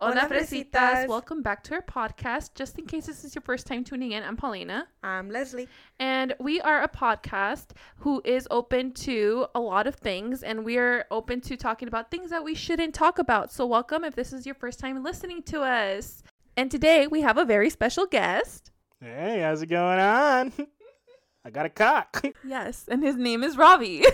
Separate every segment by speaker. Speaker 1: Hola,
Speaker 2: Hola,
Speaker 1: fresitas.
Speaker 2: fresitas. Welcome back to our podcast. Just in case this is your first time tuning in, I'm Paulina,
Speaker 1: I'm Um, Leslie.
Speaker 2: and we are a podcast who is open to a lot of things, and we are open to talking about things that we shouldn't talk about. So, welcome if this is your first time listening to us. And today we have a very special guest.
Speaker 3: Hey, how's it going on? I got a cock.
Speaker 2: Yes, and his name is Robbie.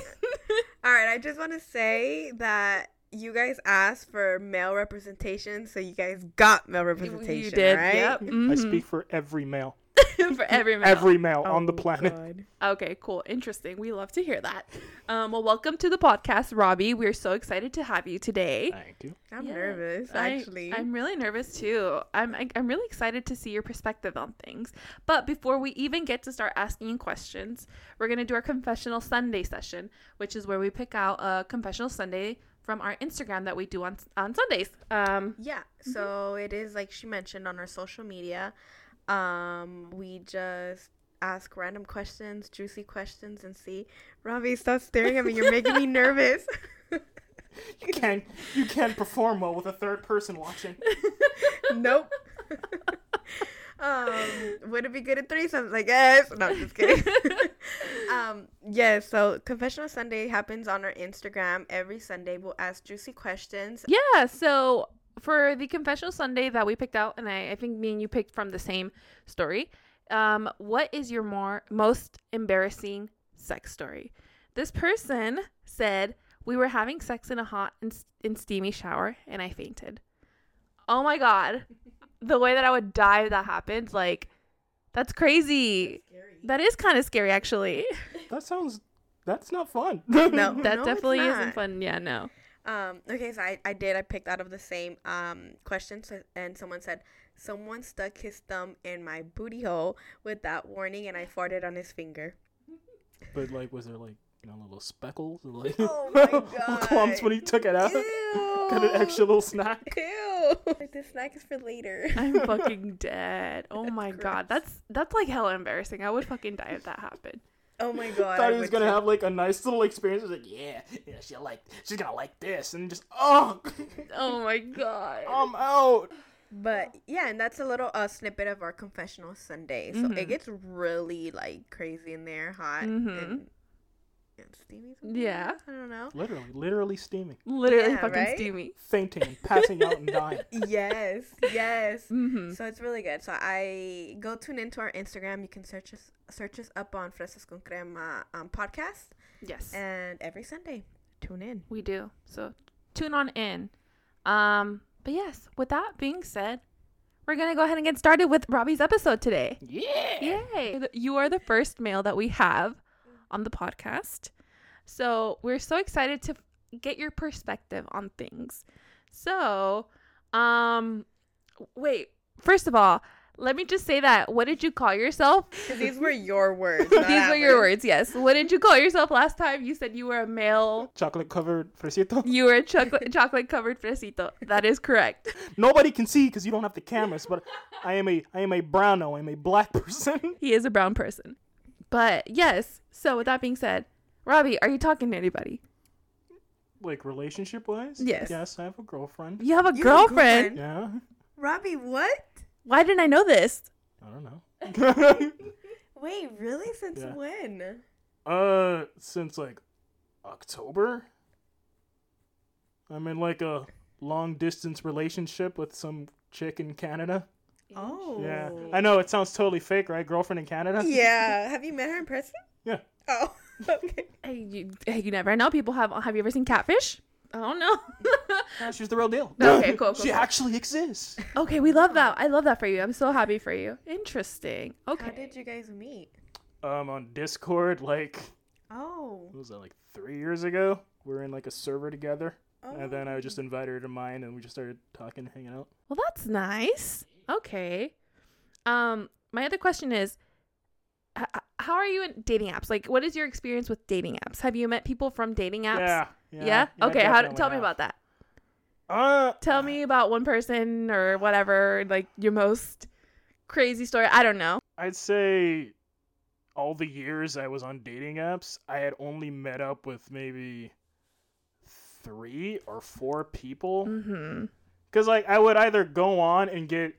Speaker 1: All right, I just want to say that you guys asked for male representation, so you guys got male representation. Right?
Speaker 2: Yep.
Speaker 3: I
Speaker 2: mhm.
Speaker 3: speak for every male,
Speaker 2: for every male.
Speaker 3: every male on the
Speaker 1: Oh,
Speaker 3: planet.
Speaker 1: God.
Speaker 2: Okay, cool. Interesting. We love to hear that. Um, well, welcome to the podcast, Robbie. We're so excited to have you today.
Speaker 3: Thank you.
Speaker 1: I'm
Speaker 2: Yeah.
Speaker 1: nervous,
Speaker 2: I-
Speaker 1: actually.
Speaker 2: I'm really nervous too. I'm I, I'm really excited to see your perspective on things. But before we even get to start asking you questions, we're gonna do our confessional Sunday session, which is where we pick out a confessional Sunday from our Instagram that we do on on Sundays. Um,
Speaker 1: Yeah. So it is like she mentioned on our social media. Um, we just ask random questions, juicy questions, and see. Robbie, stop staring at me. You're making me nervous.
Speaker 3: You can you can perform well with a third person watching.
Speaker 1: nope. um, would it be good at threesomes? I guess. No, I'm just kidding. um, yeah. So confessional Sunday happens on our Instagram every Sunday. We'll ask juicy questions.
Speaker 2: Yeah, so for the confessional Sunday that we picked out, and I, I think me and you picked from the same story, um, what is your more most embarrassing sex story? This person said we were having sex in a hot and, s- and steamy shower, and I fainted. Oh my god, the way that I would die if that happened, like that's crazy. That is kind of scary, actually.
Speaker 3: That sounds that's not fun.
Speaker 1: No.
Speaker 2: That
Speaker 1: No, it's
Speaker 2: definitely isn't
Speaker 1: not.
Speaker 2: fun. Yeah, no.
Speaker 1: Um, okay, so I, I did. I picked out of the same um, question, so, and someone said, Someone stuck his thumb in my booty hole without warning, and I farted on his finger.
Speaker 3: But like, was there like you know little speckles or like
Speaker 1: Oh my
Speaker 3: little clumps
Speaker 1: God.
Speaker 3: when he took it out? Got an extra little snack.
Speaker 1: Ew. This snack is for later.
Speaker 2: I'm fucking dead. Oh my
Speaker 1: gross.
Speaker 2: god, that's that's like hella embarrassing. I would fucking die if that happened.
Speaker 1: Oh my god.
Speaker 3: Thought
Speaker 1: I
Speaker 3: he was
Speaker 1: would
Speaker 3: gonna
Speaker 1: too.
Speaker 3: have like a nice little experience. He's like, yeah, yeah, she will like, she's gonna like this, and just oh,
Speaker 2: Oh my god.
Speaker 3: I'm out.
Speaker 1: But yeah, and that's a little uh, snippet of our confessional Sunday. So
Speaker 2: Mm-hmm.
Speaker 1: it gets really like crazy in there, hot
Speaker 2: Mhm.
Speaker 1: and, and steamy. sometimes?
Speaker 2: Yeah.
Speaker 1: I don't know.
Speaker 3: Literally, literally steaming,
Speaker 2: Literally
Speaker 1: Yeah,
Speaker 2: fucking
Speaker 1: right?
Speaker 2: steamy.
Speaker 3: fainting, and passing out and dying.
Speaker 1: yes, yes.
Speaker 2: hmm
Speaker 1: So it's really good. So I go tune into our Instagram. You can search us search us up on Fresas con Crema um, podcast,
Speaker 2: Yes,
Speaker 1: and every Sunday tune in.
Speaker 2: we do. So tune on in. Um, but yes, with that being said, we're gonna go ahead and get started with Robbie's episode today.
Speaker 3: Yeah.
Speaker 2: Yay! You are the first male that we have on the podcast. So we're so excited to get your perspective on things. So, um, wait, first of all, let me just say that what did you call yourself?
Speaker 1: 'Cause these were your words. not
Speaker 2: These were your
Speaker 1: ours.
Speaker 2: words, yes. What did you call yourself last time? You said you were a male.
Speaker 3: Chocolate covered fresito.
Speaker 2: You were a chocolate chocolate covered fresito. That is correct.
Speaker 3: Nobody can see because you don't have the cameras, but I am a I am a browno. I'm a black person.
Speaker 2: He is a brown person. But yes, so with that being said, Robbie, are you talking to anybody?
Speaker 3: Like relationship wise.
Speaker 2: Yes.
Speaker 3: Yes, I have a girlfriend.
Speaker 2: You have a
Speaker 1: You have a
Speaker 2: girlfriend.
Speaker 1: girlfriend.
Speaker 3: Yeah.
Speaker 1: Robbie, what?
Speaker 2: Why didn't I know this?
Speaker 3: I don't know.
Speaker 1: Wait, really? Since
Speaker 3: Yeah.
Speaker 1: when?
Speaker 3: uh, since like October, I'm in like a long distance relationship with some chick in Canada.
Speaker 1: Oh.
Speaker 3: Yeah. I know it sounds totally fake, right? Girlfriend in Canada.
Speaker 1: Yeah. Have you met her in person?
Speaker 3: Yeah.
Speaker 1: Oh. Okay.
Speaker 2: Hey, you, hey, you never know. People have. Have you ever seen Catfish? I don't know.
Speaker 3: Yeah, she's the real deal.
Speaker 2: Okay, cool, cool,
Speaker 3: she
Speaker 2: cool.
Speaker 3: actually exists.
Speaker 2: okay, we love that. I love that for you. I'm so happy for you. Interesting. Okay.
Speaker 1: How did you guys meet?
Speaker 3: Um, on Discord, like
Speaker 1: Oh.
Speaker 3: what was that like three years ago? We were in like a server together,
Speaker 1: Oh.
Speaker 3: and then I just invited her to mine, and we just started talking, hanging out.
Speaker 2: well, that's nice. Okay. Um, my other question is, h- h- how are you in dating apps? Like, what is your experience with dating apps? Have you met people from dating apps?
Speaker 3: Yeah,
Speaker 2: Yeah. okay. How? Tell me about that.
Speaker 3: that. Uh,
Speaker 2: Tell me about one person or whatever. Like your most crazy story. I don't know.
Speaker 3: I'd say all the years I was on dating apps, I had only met up with maybe three or four people.
Speaker 2: Mm-hmm.
Speaker 3: Because like I would either go on and get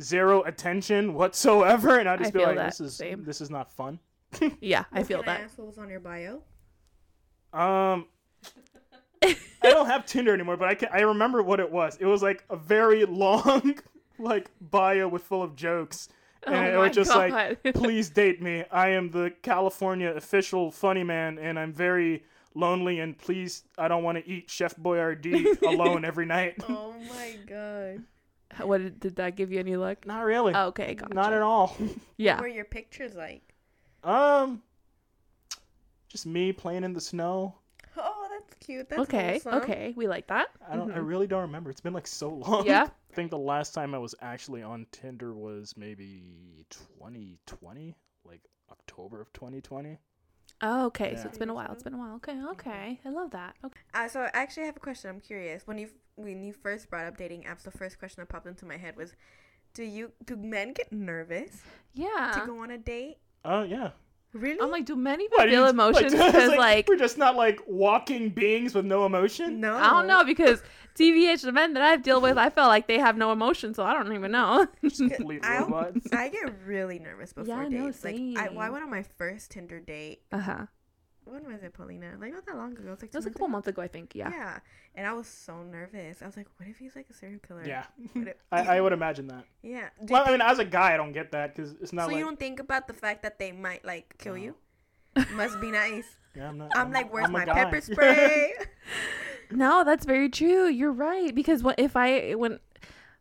Speaker 3: zero attention whatsoever, and I'd just
Speaker 2: I
Speaker 3: be
Speaker 2: feel
Speaker 3: like,
Speaker 2: that,
Speaker 3: "This is
Speaker 2: same.
Speaker 3: this is not fun."
Speaker 2: Yeah, I
Speaker 1: What
Speaker 2: feel
Speaker 1: kind of
Speaker 2: that.
Speaker 1: Assholes on your bio.
Speaker 3: Um, I don't have Tinder anymore, but I can. I remember what it was. It was like a very long, like bio with full of jokes, and
Speaker 2: Oh
Speaker 3: it
Speaker 2: my
Speaker 3: was just
Speaker 2: God.
Speaker 3: like, "Please date me. I am the California official funny man, and I'm very lonely. And please, I don't want to eat Chef Boyardee alone every night.
Speaker 1: Oh my god.
Speaker 2: What did, did that give you any luck?
Speaker 3: Not really.
Speaker 2: Oh, okay, gotcha.
Speaker 3: Not at all.
Speaker 2: Yeah.
Speaker 1: What were your pictures like?
Speaker 3: um, just me playing in the snow.
Speaker 1: Oh, that's cute. That's
Speaker 2: Okay.
Speaker 1: wholesome.
Speaker 2: Okay. We like that.
Speaker 3: I don't. I really don't remember. It's been like so long.
Speaker 2: Mm-hmm. Yeah.
Speaker 3: I think the last time I was actually on Tinder was maybe 2020, like October of 2020.
Speaker 2: Oh, okay.
Speaker 3: Yeah. Mm-hmm.
Speaker 2: So it's been a while. It's been a while. Okay. Okay. I love that. Okay.
Speaker 1: Uh, so I actually have a question. I'm curious. When you when you first brought up dating apps, the first question that popped into my head was, do you do men get nervous to
Speaker 2: Yeah.
Speaker 1: go on a date? Oh
Speaker 3: Oh yeah.
Speaker 1: Really?
Speaker 2: I'm like, do men even
Speaker 3: What,
Speaker 2: feel
Speaker 3: you-
Speaker 2: emotions?
Speaker 3: like,
Speaker 2: Because like,
Speaker 3: we're just not like walking beings with no emotion.
Speaker 1: no.
Speaker 2: I don't know because TVH, the men that I've dealt with, I felt like they have no emotion, so I don't even know.
Speaker 3: Complete
Speaker 1: I don't-
Speaker 3: robots.
Speaker 1: I get really nervous before
Speaker 2: Yeah, no,
Speaker 1: dates. like, I, well, I
Speaker 2: same.
Speaker 1: went on my first Tinder date.
Speaker 2: uh huh.
Speaker 1: When was it, Paulina? Like not that long ago. It was like
Speaker 2: It was
Speaker 1: two
Speaker 2: a couple months ago, I think. Yeah.
Speaker 1: ago. Yeah, and I was so nervous. I was like, "What if he's like a serial killer?"
Speaker 3: Yeah.
Speaker 1: What if-
Speaker 3: I, I would imagine that.
Speaker 1: yeah. Do you
Speaker 3: Well, I
Speaker 1: think-
Speaker 3: mean, as a guy, I don't get that because it's not
Speaker 1: so
Speaker 3: like.
Speaker 1: you don't think about the fact that they might like kill
Speaker 3: No.
Speaker 1: you? Must be nice.
Speaker 3: Oh. yeah, I'm, not,
Speaker 1: I'm like, where's
Speaker 3: I'm a
Speaker 1: my
Speaker 3: guy."
Speaker 1: pepper spray?
Speaker 2: No, that's very true. You're right because what if I when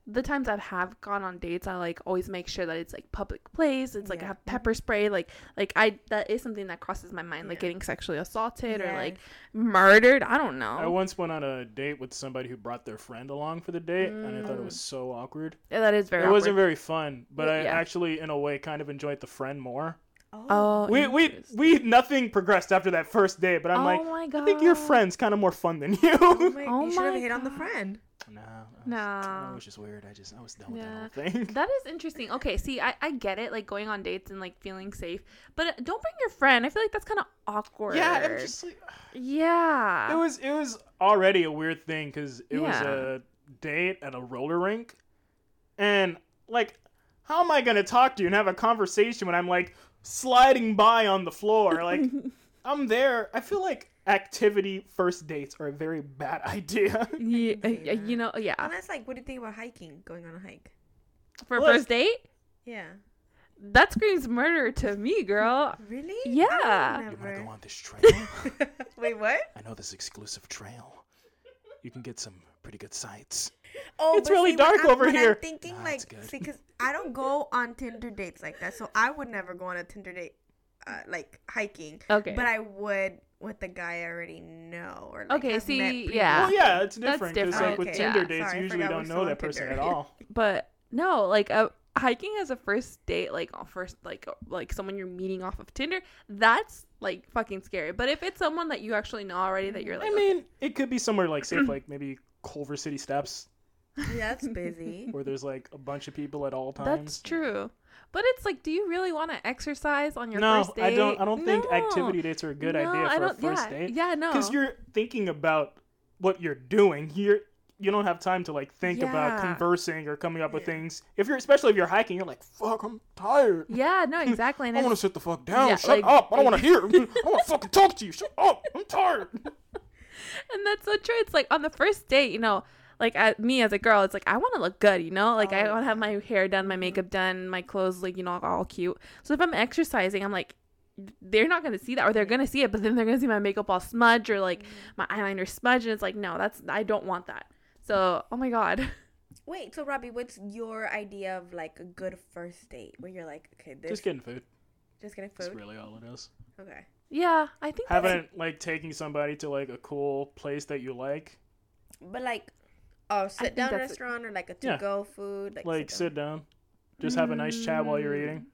Speaker 2: the times I have gone on dates, I like always make sure that it's like public place. It's like I
Speaker 1: Yeah.
Speaker 2: have pepper spray. Like like I that is something that crosses my mind, like
Speaker 1: Yeah.
Speaker 2: getting sexually assaulted or like
Speaker 1: Yes.
Speaker 2: murdered. I don't
Speaker 3: I
Speaker 2: know.
Speaker 3: once went on a date with somebody who brought their friend along for the date, and I thought it
Speaker 1: Mm.
Speaker 3: was so awkward.
Speaker 2: Yeah, that is very.
Speaker 3: it wasn't
Speaker 2: awkward.
Speaker 3: very fun, but I
Speaker 2: Yeah.
Speaker 3: actually, in a way, kind of enjoyed the friend more.
Speaker 2: Oh,
Speaker 3: we we
Speaker 2: interest-
Speaker 3: we nothing progressed after that first day, but I'm
Speaker 2: Oh
Speaker 3: like,
Speaker 2: my
Speaker 3: I think your
Speaker 2: God.
Speaker 3: friend's kind of more fun than
Speaker 1: Oh
Speaker 3: you.
Speaker 1: my,
Speaker 2: Oh
Speaker 1: you should have
Speaker 2: my
Speaker 1: hit on the
Speaker 2: God.
Speaker 1: friend.
Speaker 3: no,
Speaker 2: Nah.
Speaker 3: was just weird. I just I was done
Speaker 2: Yeah.
Speaker 3: thing.
Speaker 2: That is interesting. Okay, see, I, I get it, like going on dates and like feeling safe, but uh, don't bring your friend. I feel like that's kind of awkward.
Speaker 3: Yeah, it was just like,
Speaker 2: yeah.
Speaker 3: it was it was already a weird thing because it was
Speaker 2: Yeah.
Speaker 3: a date at a roller rink, and like, how am I gonna talk to you and have a conversation when I'm like sliding by on the floor? Like, I'm there. I feel like activity first dates are a very bad idea.
Speaker 2: Ye- uh,
Speaker 1: see
Speaker 2: yeah, you know, yeah.
Speaker 1: Unless, like, what do you think about hiking? Going on a hike?
Speaker 2: For a
Speaker 3: Look.
Speaker 2: first date,
Speaker 1: Yeah.
Speaker 2: that screams murder to me, girl.
Speaker 1: Really? I
Speaker 2: Yeah.
Speaker 1: would never.
Speaker 3: on this trail?
Speaker 1: Wait, what?
Speaker 3: I know this exclusive trail. You can get some pretty good sights.
Speaker 1: Oh,
Speaker 3: It's
Speaker 1: but
Speaker 3: really dark
Speaker 1: when I'm-
Speaker 3: over
Speaker 1: when
Speaker 3: here.
Speaker 1: I'm thinking
Speaker 3: Nah, it's
Speaker 1: like,
Speaker 3: good.
Speaker 1: see, because I don't go on Tinder dates like that, so I would never go on a Tinder date, uh, like hiking.
Speaker 2: Okay.
Speaker 1: But I would with the guy I already know or like,
Speaker 2: Okay,
Speaker 1: have met
Speaker 2: see,
Speaker 1: previously.
Speaker 2: Yeah.
Speaker 3: Well, yeah, it's
Speaker 2: Ah. That's
Speaker 3: different because
Speaker 2: different.
Speaker 3: like with
Speaker 1: Okay.
Speaker 3: Tinder
Speaker 2: Yeah.
Speaker 3: dates,
Speaker 1: Sorry, I
Speaker 3: you usually
Speaker 1: forgot
Speaker 3: don't
Speaker 1: we're
Speaker 3: know
Speaker 1: still
Speaker 3: that
Speaker 1: on
Speaker 3: person at
Speaker 1: Tinder.
Speaker 3: all.
Speaker 2: But no, like a hiking as a first date, like a first like uh, like someone you're meeting off of Tinder, that's like fucking scary. But if it's someone that you actually know already, that you're like,
Speaker 3: I mean, it could be somewhere like safe, like maybe Culver City Steps,
Speaker 1: Yeah, that's busy.
Speaker 3: where there's like a bunch of people at all
Speaker 2: That's
Speaker 3: times.
Speaker 2: true. But it's like, do you really want to exercise on your
Speaker 3: no,
Speaker 2: first date?
Speaker 3: I don't. I don't think
Speaker 2: No.
Speaker 3: activity dates are a good
Speaker 2: No,
Speaker 3: idea
Speaker 2: I
Speaker 3: for a
Speaker 2: don't-
Speaker 3: first
Speaker 2: yeah,
Speaker 3: date.
Speaker 2: Yeah, no.
Speaker 3: because you're thinking about what you're doing. You're you don't have time to like think about
Speaker 2: Yeah.
Speaker 3: conversing or coming up with
Speaker 1: Yeah.
Speaker 3: things. If you're especially if you're hiking, you're like, fuck, I'm tired.
Speaker 2: Yeah, no, exactly. And
Speaker 3: I want to
Speaker 2: it's,
Speaker 3: sit the fuck down.
Speaker 2: Yeah,
Speaker 3: Shut
Speaker 2: like-
Speaker 3: up. I don't want to hear. it. I want to fucking talk to you. Shut up. I'm tired.
Speaker 2: and that's so true. It's like on the first date, you know, like at me as a girl, it's like I want to look good, you know, like I
Speaker 1: Oh,
Speaker 2: want to have my hair done, my makeup done, my clothes like you know all cute. So if I'm exercising, I'm like. They're not gonna see that, or they're gonna see it, but then they're gonna see my makeup all smudge or like my eyeliner smudge, and it's like, no, that's I don't want that. So, oh my god,
Speaker 1: Wait, so Robbie, what's your idea of like a good first date where you're like, okay, this
Speaker 3: Just getting food.
Speaker 1: just getting
Speaker 3: That's
Speaker 1: food?
Speaker 3: really all it is.
Speaker 1: Okay.
Speaker 2: yeah, I think that's-
Speaker 3: Haven't like taking somebody to like a cool place that you like.
Speaker 1: But like, oh, sit down
Speaker 2: that's it.
Speaker 1: restaurant or like a
Speaker 3: Yeah.
Speaker 1: to go food, like,
Speaker 3: Like
Speaker 1: sit
Speaker 3: sit down, just have a nice chat while you're
Speaker 2: Mm.
Speaker 3: eating.
Speaker 1: down.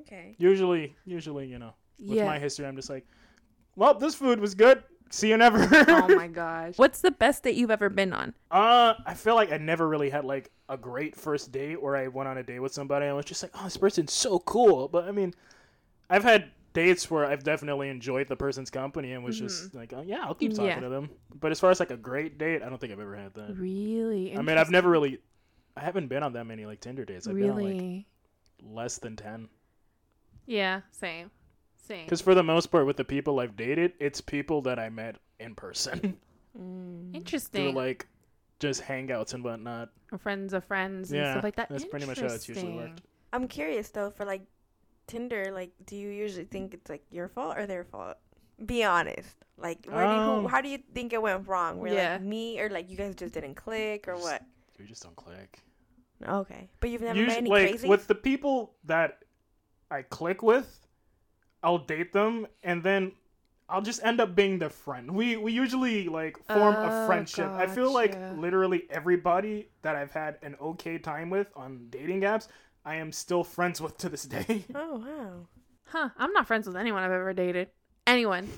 Speaker 1: okay.
Speaker 3: Usually, usually you know, with
Speaker 2: yeah.
Speaker 3: my history, I'm just like, well, this food was good. See you never.
Speaker 2: oh my gosh. What's the best date you've ever been on?
Speaker 3: Uh, I feel like I never really had like a great first date where I went on a date with somebody and I was just like, oh, this person's so cool. But I mean, I've had dates where I've definitely enjoyed the person's company and was just like, oh, yeah, I'll keep talking
Speaker 2: Mm-hmm. Yeah.
Speaker 3: to them. But as far as like a great date, I don't think I've ever had that.
Speaker 2: Really?
Speaker 3: Uh, I mean, I've never really, I haven't been on that many like Tinder dates. I've been on like
Speaker 2: really.
Speaker 3: less than 10.
Speaker 2: Yeah. Same. Same.
Speaker 3: Because for the most part, with the people I've dated, it's people that I met in person
Speaker 2: Mm.
Speaker 3: through
Speaker 2: Interesting.
Speaker 3: like just hangouts and whatnot.
Speaker 2: Or friends of friends and
Speaker 3: Yeah,
Speaker 2: stuff like that.
Speaker 3: that's pretty much how it's usually worked.
Speaker 2: Interesting.
Speaker 4: I'm curious though for like Tinder, like do you usually think it's like your fault or their fault? Be honest. Like where do you,
Speaker 3: Um,
Speaker 4: who, how do you think it went wrong? Were
Speaker 2: Yeah.
Speaker 4: like me or like you guys just didn't click or what?
Speaker 3: You just don't click.
Speaker 4: Okay. But you've never met
Speaker 3: Usu-
Speaker 4: any
Speaker 3: like
Speaker 4: crazy
Speaker 3: with the people that I click with, I'll date them and then I'll just end up being their friend. We we usually like form a
Speaker 2: Oh,
Speaker 3: friendship. I feel like
Speaker 2: gotcha.
Speaker 3: literally everybody that I've had an okay time with on dating apps, I am still friends with to this day.
Speaker 4: Oh wow.
Speaker 2: Huh. I'm not friends with anyone I've ever dated. Anyone.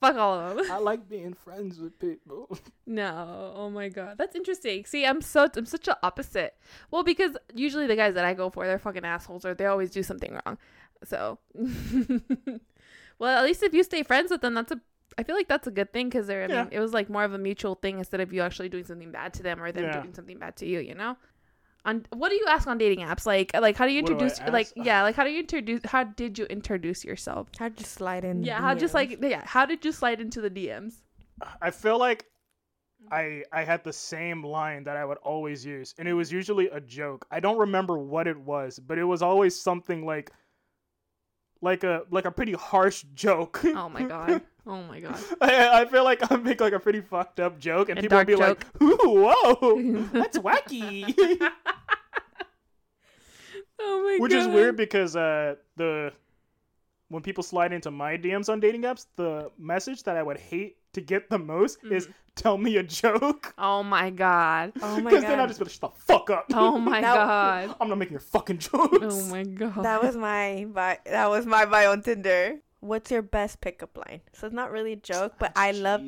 Speaker 2: Fuck all of them.
Speaker 3: I like being friends with people.
Speaker 2: No, oh my god, that's interesting. See, I'm so I'm such an opposite. Well, because usually the guys that I go for, they're fucking assholes, or they always do something wrong. So, well, at least if you stay friends with them, that's a I feel like that's a good thing because they're I
Speaker 3: Yeah.
Speaker 2: mean, it was like more of a mutual thing instead of you actually doing something bad to them or them
Speaker 3: Yeah.
Speaker 2: doing something bad to you. You know. On what do you ask on dating apps? Like, like how do you
Speaker 3: What do I
Speaker 2: introduce? like,
Speaker 3: ask?
Speaker 2: yeah, like how do you introduce? How did you introduce yourself?
Speaker 4: How'd you slide in?
Speaker 2: Yeah, how just
Speaker 4: DMs?
Speaker 2: like yeah, how did you slide into the DMs?
Speaker 3: I feel like
Speaker 2: Mm-hmm.
Speaker 3: I I had the same line that I would always use, and it was usually a joke. I don't remember what it was, but it was always something like like a like a pretty harsh joke.
Speaker 2: Oh my god. Oh my god.
Speaker 3: I, I feel like I make like a pretty fucked up joke, and
Speaker 2: A
Speaker 3: people would
Speaker 2: dark
Speaker 3: be like, "Ooh, whoa, that's wacky,"
Speaker 2: Oh my
Speaker 3: which is weird because uh the when people slide into my DMs on dating apps, the message that I would hate to get the most is
Speaker 2: Mm.
Speaker 3: "Tell me a joke."
Speaker 2: Oh my god.
Speaker 4: Oh my
Speaker 3: Because then I
Speaker 4: god.
Speaker 3: just be like, shut the fuck up.
Speaker 2: Oh my
Speaker 4: That-
Speaker 2: god.
Speaker 3: I'm not making your fucking jokes.
Speaker 2: Oh my god.
Speaker 4: That was my bi- that was my bio on Tinder. What's your best pickup line? So it's not really a joke, but
Speaker 3: Oh,
Speaker 4: I love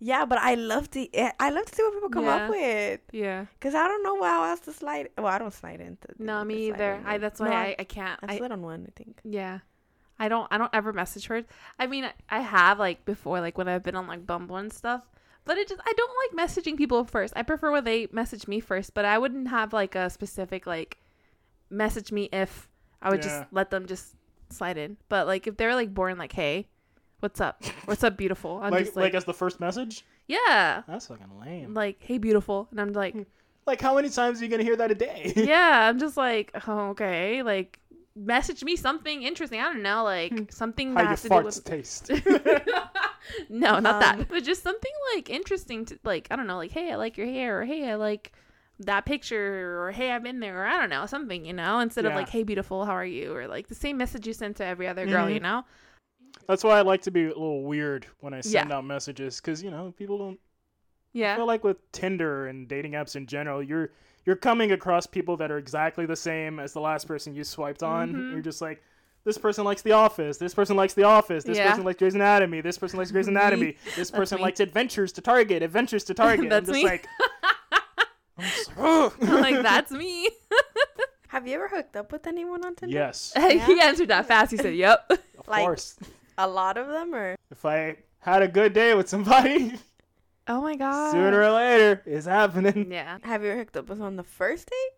Speaker 4: yeah, but I love to eh, I love to see what people come
Speaker 2: Yeah.
Speaker 4: up with.
Speaker 2: yeah.
Speaker 4: Cause I don't know how else to slide. Well, I don't slide into.
Speaker 2: No, me
Speaker 4: slide
Speaker 2: either.
Speaker 4: in
Speaker 2: I
Speaker 4: it.
Speaker 2: that's why
Speaker 4: No,
Speaker 2: I, I can't.
Speaker 4: I
Speaker 2: I,
Speaker 4: slid on one. I think.
Speaker 2: yeah. I don't I don't ever message her. I mean I- I have like before, like when I've been on like Bumble and stuff. But it just I don't like messaging people first. I prefer when they message me first, but I wouldn't have like a specific like message me if I would
Speaker 3: Yeah.
Speaker 2: just let them just slide in. But like if they're like born like, hey, what's up? What's up, beautiful? I'm
Speaker 3: Like,
Speaker 2: just
Speaker 3: like, as the first message?
Speaker 2: Yeah.
Speaker 3: That's fucking lame.
Speaker 2: Like, hey, beautiful. And I'm like,
Speaker 3: Like, how many times are you gonna hear that a day?
Speaker 2: Mm. yeah, I'm just like, oh, okay. Like, message me something interesting. I don't know. Like, something
Speaker 3: Hmm. How
Speaker 2: that
Speaker 3: your
Speaker 2: has to do
Speaker 3: farts
Speaker 2: with.
Speaker 3: taste.
Speaker 2: no, not
Speaker 4: Um,
Speaker 2: that. But just something like interesting to, like, I don't know. Like, hey, I like your hair. Or hey, I like that picture. Or hey, I've been there. Or I don't know. Something, you know, instead of
Speaker 3: Yeah.
Speaker 2: like, hey, beautiful, how are you? Or like the same message you sent to every other girl,
Speaker 3: Mhm.
Speaker 2: you know?
Speaker 3: That's why I like to be a little weird when I send
Speaker 2: Yeah.
Speaker 3: out messages, because you know people don't. I
Speaker 2: Yeah.
Speaker 3: feel like with Tinder and dating apps in general, you're you're coming across people that are exactly the same as the last person you swiped on.
Speaker 2: Mhm.
Speaker 3: You're just like. This person likes The Office. This person likes The Office. This
Speaker 2: Yeah.
Speaker 3: person likes Grey's Anatomy. This person likes Grey's
Speaker 2: Me.
Speaker 3: Anatomy. This
Speaker 2: That's
Speaker 3: person
Speaker 2: me.
Speaker 3: likes Adventures to Target. Adventures to Target. I'm
Speaker 2: That's
Speaker 3: just
Speaker 2: me.
Speaker 3: like, I'm just like, "Ugh."
Speaker 2: like, that's me.
Speaker 4: Have you ever hooked up with anyone on Tinder?
Speaker 3: Yes,
Speaker 2: he answered that fast. He said, yep.
Speaker 3: of
Speaker 4: Like-
Speaker 3: course.
Speaker 4: A lot of them, or
Speaker 3: If I had a good day with somebody,
Speaker 2: Oh my God.
Speaker 3: sooner or later, it's happening.
Speaker 2: Yeah.
Speaker 4: have you ever hooked up with on the first date?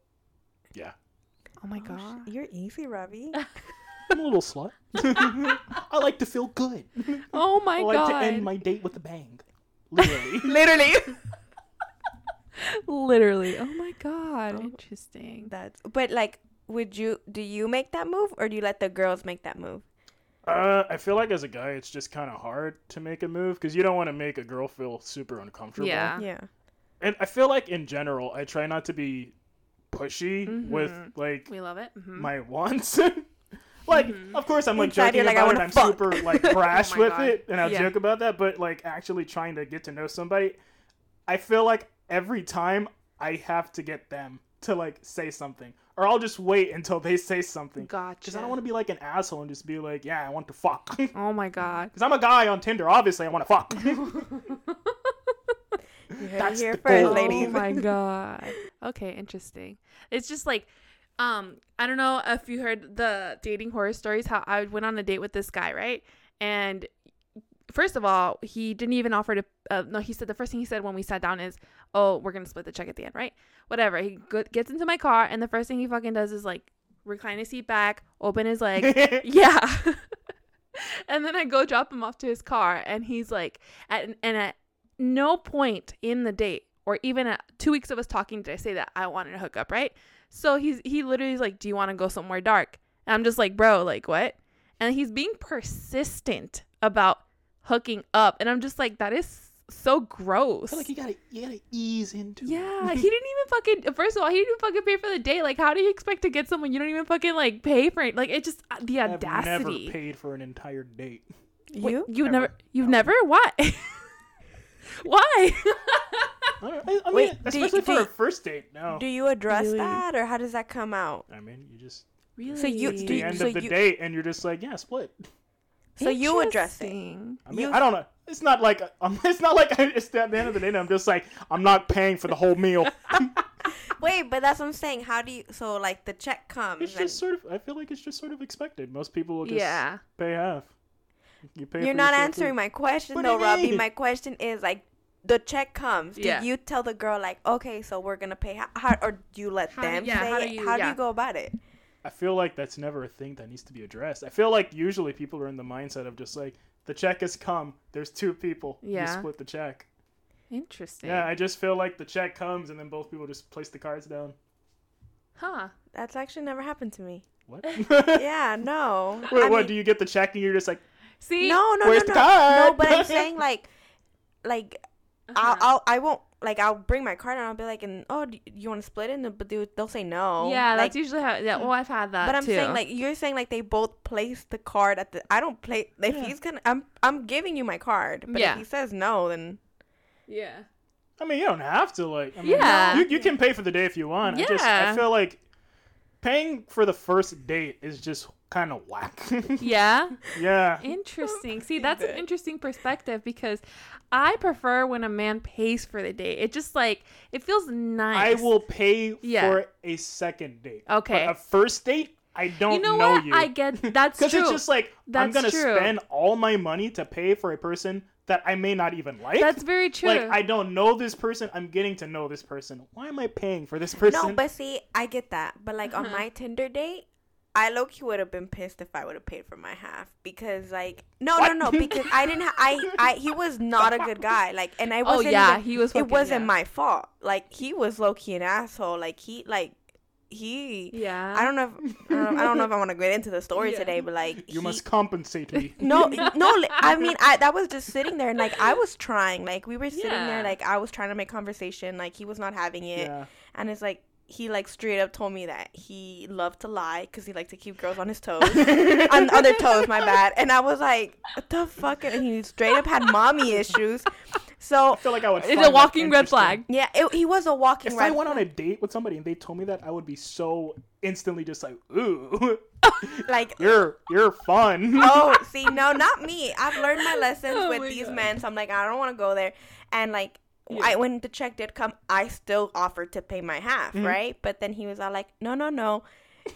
Speaker 3: Yeah,
Speaker 2: Oh my
Speaker 4: Oh,
Speaker 2: god.
Speaker 4: shit, You're easy, Robbie.
Speaker 3: I'm a little slut. I like to feel good.
Speaker 2: Oh my
Speaker 3: I like
Speaker 2: god.
Speaker 3: to end my date with a bang. Literally.
Speaker 4: Literally.
Speaker 2: Literally. Oh my god. Interesting.
Speaker 4: That's. But like, would you? Do you make that move, or do you let the girls make that move?
Speaker 3: uh, I feel like as a guy, it's just kind of hard to make a move because you don't want to make a girl feel super uncomfortable.
Speaker 2: Yeah.
Speaker 4: Yeah.
Speaker 3: And I feel like in general, I try not to be pushy with
Speaker 2: Mhm.
Speaker 3: like
Speaker 2: We love it. Mhm.
Speaker 3: my wants. like, of course, I'm like
Speaker 4: Inside,
Speaker 3: joking
Speaker 4: you're like, I
Speaker 3: about it.
Speaker 4: wanna
Speaker 3: I'm
Speaker 4: fuck.
Speaker 3: super like brash
Speaker 2: Oh my
Speaker 3: with
Speaker 2: God.
Speaker 3: it, and I'll
Speaker 2: Yeah.
Speaker 3: joke about that. But like, actually trying to get to know somebody, I feel like every time I have to get them to like say something, or I'll just wait until they say something.
Speaker 2: Gotcha.
Speaker 3: Because I don't want to be like an asshole and just be like, yeah, I want to fuck. Because
Speaker 2: Oh my god.
Speaker 3: I'm a guy on Tinder, obviously I want to fuck.
Speaker 4: You heard it
Speaker 3: That's
Speaker 4: here
Speaker 3: the
Speaker 4: first,
Speaker 3: goal.
Speaker 4: ladies.
Speaker 2: Oh my god. Okay, interesting. It's just like Um, I don't know if you heard the dating horror stories. How I went on a date with this guy, right? And first of all, he didn't even offer to. Uh, no, he said the first thing he said when we sat down is, "Oh, we're gonna split the check at the end, right?" Whatever. He go- gets into my car, and the first thing he fucking does is like recline his seat back, open his leg, yeah. and then I go drop him off to his car, and he's like, at, and at no point in the date, or even at two weeks of us talking, did I say that I wanted to hook up, right? So he's he literally is like, "Do you want to go somewhere dark?" And I'm just like, "Bro, like what?" And he's being persistent about hooking up, and I'm just like, "That is so gross."
Speaker 3: feel like you gotta you gotta ease into it.
Speaker 2: Yeah, he didn't even fucking. First of all, he didn't even fucking pay for the date. Like, how do you expect to get someone you don't even fucking like pay for it? Like, it just uh, the
Speaker 3: I've never
Speaker 2: audacity.
Speaker 3: paid for an entire date.
Speaker 2: Wait,
Speaker 1: You?
Speaker 2: you
Speaker 3: Never.
Speaker 2: never, you've never why? why?
Speaker 3: I, don't- I- I mean,
Speaker 1: Wait, do you-
Speaker 3: especially
Speaker 1: do
Speaker 3: for
Speaker 1: you-
Speaker 3: a first date. No,
Speaker 1: Do you address
Speaker 2: Really?
Speaker 1: that or how does that come out?
Speaker 3: I mean you just
Speaker 2: really?
Speaker 1: So you-
Speaker 3: it's
Speaker 1: Do
Speaker 3: the
Speaker 1: you-
Speaker 3: end
Speaker 1: so
Speaker 3: of the
Speaker 1: you-
Speaker 3: date and you're just like yeah split.
Speaker 1: So you address it.
Speaker 2: Interesting.
Speaker 3: I mean
Speaker 1: You-
Speaker 3: I don't know. It's not like um, it's not like I, it's at the end of the day. and I'm just like I'm not paying for the whole meal.
Speaker 1: Wait, but that's what I'm saying. How do you so like the check comes
Speaker 3: It's
Speaker 1: and
Speaker 3: just sort of. I feel like it's just sort of expected. Most people will just
Speaker 2: Yeah.
Speaker 3: pay half. You pay.
Speaker 1: you're not answering my question
Speaker 3: What do
Speaker 1: though,
Speaker 3: you
Speaker 1: Robbie.
Speaker 3: mean?
Speaker 1: My question is like the check comes. Do
Speaker 2: Yeah.
Speaker 1: you tell the girl like, okay, so we're gonna pay, how, how, or do you let
Speaker 2: How do-
Speaker 1: them
Speaker 2: yeah,
Speaker 1: say
Speaker 2: how do
Speaker 1: it?
Speaker 2: you-
Speaker 1: how do
Speaker 2: yeah.
Speaker 1: you go about it?
Speaker 3: I feel like that's never a thing that needs to be addressed. I feel like usually people are in the mindset of just like the check has come. There's two people.
Speaker 2: Yeah.
Speaker 3: You split the check.
Speaker 2: Interesting.
Speaker 3: Yeah. I just feel like the check comes and then both people just place the cards down.
Speaker 2: Huh.
Speaker 1: That's actually never happened to me.
Speaker 3: What? Wait,
Speaker 1: Yeah, no. I
Speaker 3: what?
Speaker 1: mean-
Speaker 3: do you get the check and you're just like,
Speaker 2: See?
Speaker 1: No, no,
Speaker 3: Where's
Speaker 1: no,
Speaker 3: the
Speaker 1: no. No,
Speaker 3: card?
Speaker 1: but I'm saying like, like
Speaker 2: Uh-huh.
Speaker 1: I'll, I'll, I won't. Like I'll bring my card and I'll be like, and oh, do you want to split it? And- But they, would- they'll say no.
Speaker 2: Yeah,
Speaker 1: like,
Speaker 2: that's usually how. Yeah. Well, I've had that.
Speaker 1: But I'm
Speaker 2: too.
Speaker 1: saying like you're saying like they both place the card at the. I don't play. If
Speaker 3: Yeah.
Speaker 1: he's gonna, I'm, I'm giving you my card. But
Speaker 2: Yeah.
Speaker 1: if he says no, then
Speaker 2: Yeah.
Speaker 3: I mean, you don't have to like. I mean,
Speaker 2: Yeah.
Speaker 3: You, you can pay for the day if you want. I just
Speaker 2: Yeah.
Speaker 3: I feel like paying for the first date is just kind of whack.
Speaker 2: Yeah.
Speaker 3: yeah.
Speaker 2: Interesting. See, that's an
Speaker 1: David.
Speaker 2: interesting perspective because I prefer when a man pays for the date. It just like it feels nice.
Speaker 3: I will pay
Speaker 2: Yeah.
Speaker 3: for a second date.
Speaker 2: Okay.
Speaker 3: But a first date, I don't
Speaker 2: You know,
Speaker 3: know
Speaker 2: what?
Speaker 3: you.
Speaker 2: I get that's
Speaker 3: Because
Speaker 2: true.
Speaker 3: it's just like I'm
Speaker 2: That's
Speaker 3: gonna
Speaker 2: true.
Speaker 3: spend all my money to pay for a person that I may not even like.
Speaker 2: that's very true.
Speaker 3: like I don't know this person. I'm getting to know this person. Why am I paying for this person?
Speaker 1: no. But see, I get that. But like
Speaker 2: Uh-huh.
Speaker 1: on my Tinder date. I low key would have been pissed if I would have paid for my half because like no
Speaker 3: What?
Speaker 1: no no because I didn't ha- I I he was not a good guy like and I
Speaker 2: oh
Speaker 1: wasn't
Speaker 2: yeah,
Speaker 1: even-
Speaker 2: he was.
Speaker 1: it
Speaker 2: fucking-
Speaker 1: wasn't
Speaker 2: yeah.
Speaker 1: my fault. Like he was low key an asshole. Like he like he.
Speaker 2: Yeah.
Speaker 1: I don't know. If, I don't know- I don't know if I want to get into the story
Speaker 2: Yeah.
Speaker 1: today, but like
Speaker 3: you
Speaker 1: he-
Speaker 3: must compensate me.
Speaker 1: No, no. li- I mean, I that was just sitting there, and like I was trying. Like we were sitting
Speaker 2: Yeah.
Speaker 1: there, like I was trying to make conversation. Like he was not having it,
Speaker 3: yeah.
Speaker 1: and it's like he like straight up told me that he loved to lie because he liked to keep girls on his toes. on on their toes, my bad. And I was like, what the fuck? And he straight up had mommy issues. So
Speaker 3: I feel like I would. find
Speaker 2: It's a
Speaker 3: that
Speaker 2: walking red
Speaker 3: interesting.
Speaker 2: flag.
Speaker 1: yeah, it, he was a walking
Speaker 3: If
Speaker 1: red
Speaker 3: I went on a date with somebody and they told me that, I would be so instantly just like, ooh,
Speaker 1: like
Speaker 3: you're you're fun.
Speaker 1: oh see no not me i've learned my lessons
Speaker 2: Oh
Speaker 1: with
Speaker 2: my
Speaker 1: these
Speaker 2: God.
Speaker 1: men so i'm like i don't want to go there and like I, when the check did come i still offered to pay my half
Speaker 2: Mm-hmm.
Speaker 1: right but then he was all like no no no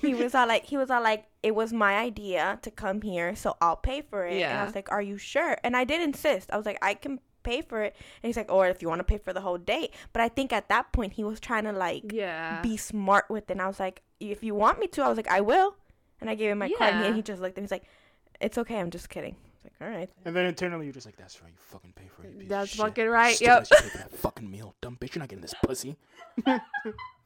Speaker 1: he was all like he was all like it was my idea to come here so i'll pay for it and
Speaker 2: Yeah.
Speaker 1: i was like are you sure and i did insist i was like i can pay for it and he's like or if you want to pay for the whole date but i think at that point he was trying to like
Speaker 2: Yeah.
Speaker 1: be smart with it. And I was like, if you want me to, I was like, I will. And I gave him my card, and he-
Speaker 2: Yeah.
Speaker 1: he just looked at me. He's like, it's okay. I'm just kidding. I was like, all right.
Speaker 3: And then internally, you're just like, "That's right, you fucking pay for it." you piece of
Speaker 2: That's
Speaker 3: shit.
Speaker 2: fucking right,
Speaker 3: Stupid
Speaker 2: yep.
Speaker 3: ass, you pay for that fucking meal, dumb bitch. You're not getting this pussy.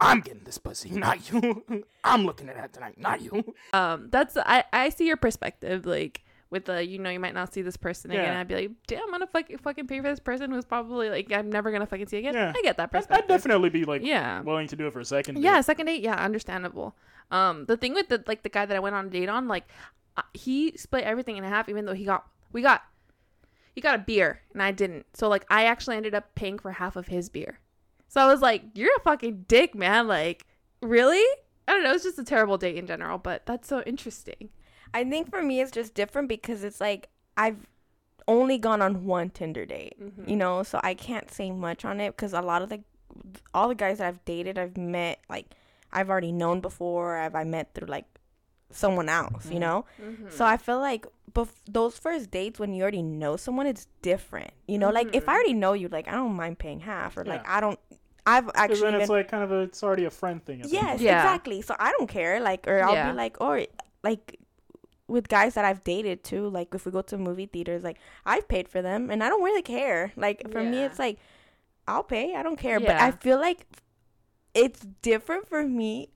Speaker 3: I'm getting this pussy, not you. I'm looking at that tonight, not you.
Speaker 2: um that's i i see your perspective like with the you know you might not see this person again
Speaker 3: Yeah.
Speaker 2: i'd be like damn i'm gonna fuck, fucking pay for this person who's probably like i'm never gonna fucking see again
Speaker 3: Yeah.
Speaker 2: i get that
Speaker 3: I'd, I'd
Speaker 2: perspective
Speaker 3: definitely be like,
Speaker 2: Yeah.
Speaker 3: willing to do it for a second. date.
Speaker 2: yeah second date yeah understandable um the thing with the like the guy that i went on a date on like uh, he split everything in half even though he got we got he got a beer and i didn't so like i actually ended up paying for half of his beer so i was like you're a fucking dick man like really i don't know it's just a terrible date in general but that's so interesting
Speaker 1: I think for me, it's just different because it's like I've only gone on one Tinder date,
Speaker 3: Mm-hmm.
Speaker 2: Mm-hmm.
Speaker 1: you know, so I can't say much on it because a lot of the all the guys that I've dated, I've met like I've already known before, or have I met through like someone else, you know? So I feel like bef- those first dates when you already know someone, it's different, you know? Like if I already know you, like I don't mind paying half, or like
Speaker 3: Yeah.
Speaker 1: I don't. I've
Speaker 3: Because
Speaker 1: actually
Speaker 3: then it's
Speaker 1: been-
Speaker 3: like kind of a, it's already a friend thing. at that
Speaker 1: Yes,
Speaker 3: point.
Speaker 2: Yeah.
Speaker 1: exactly. So I don't care. Like, or I'll
Speaker 2: Yeah.
Speaker 1: be like, or like with guys that I've dated too. Like, if we go to movie theaters, like I've paid for them, and I don't really care. Like for me,
Speaker 2: Yeah.
Speaker 1: it's like I'll pay. I don't care. But
Speaker 2: Yeah.
Speaker 1: I feel like it's different for me.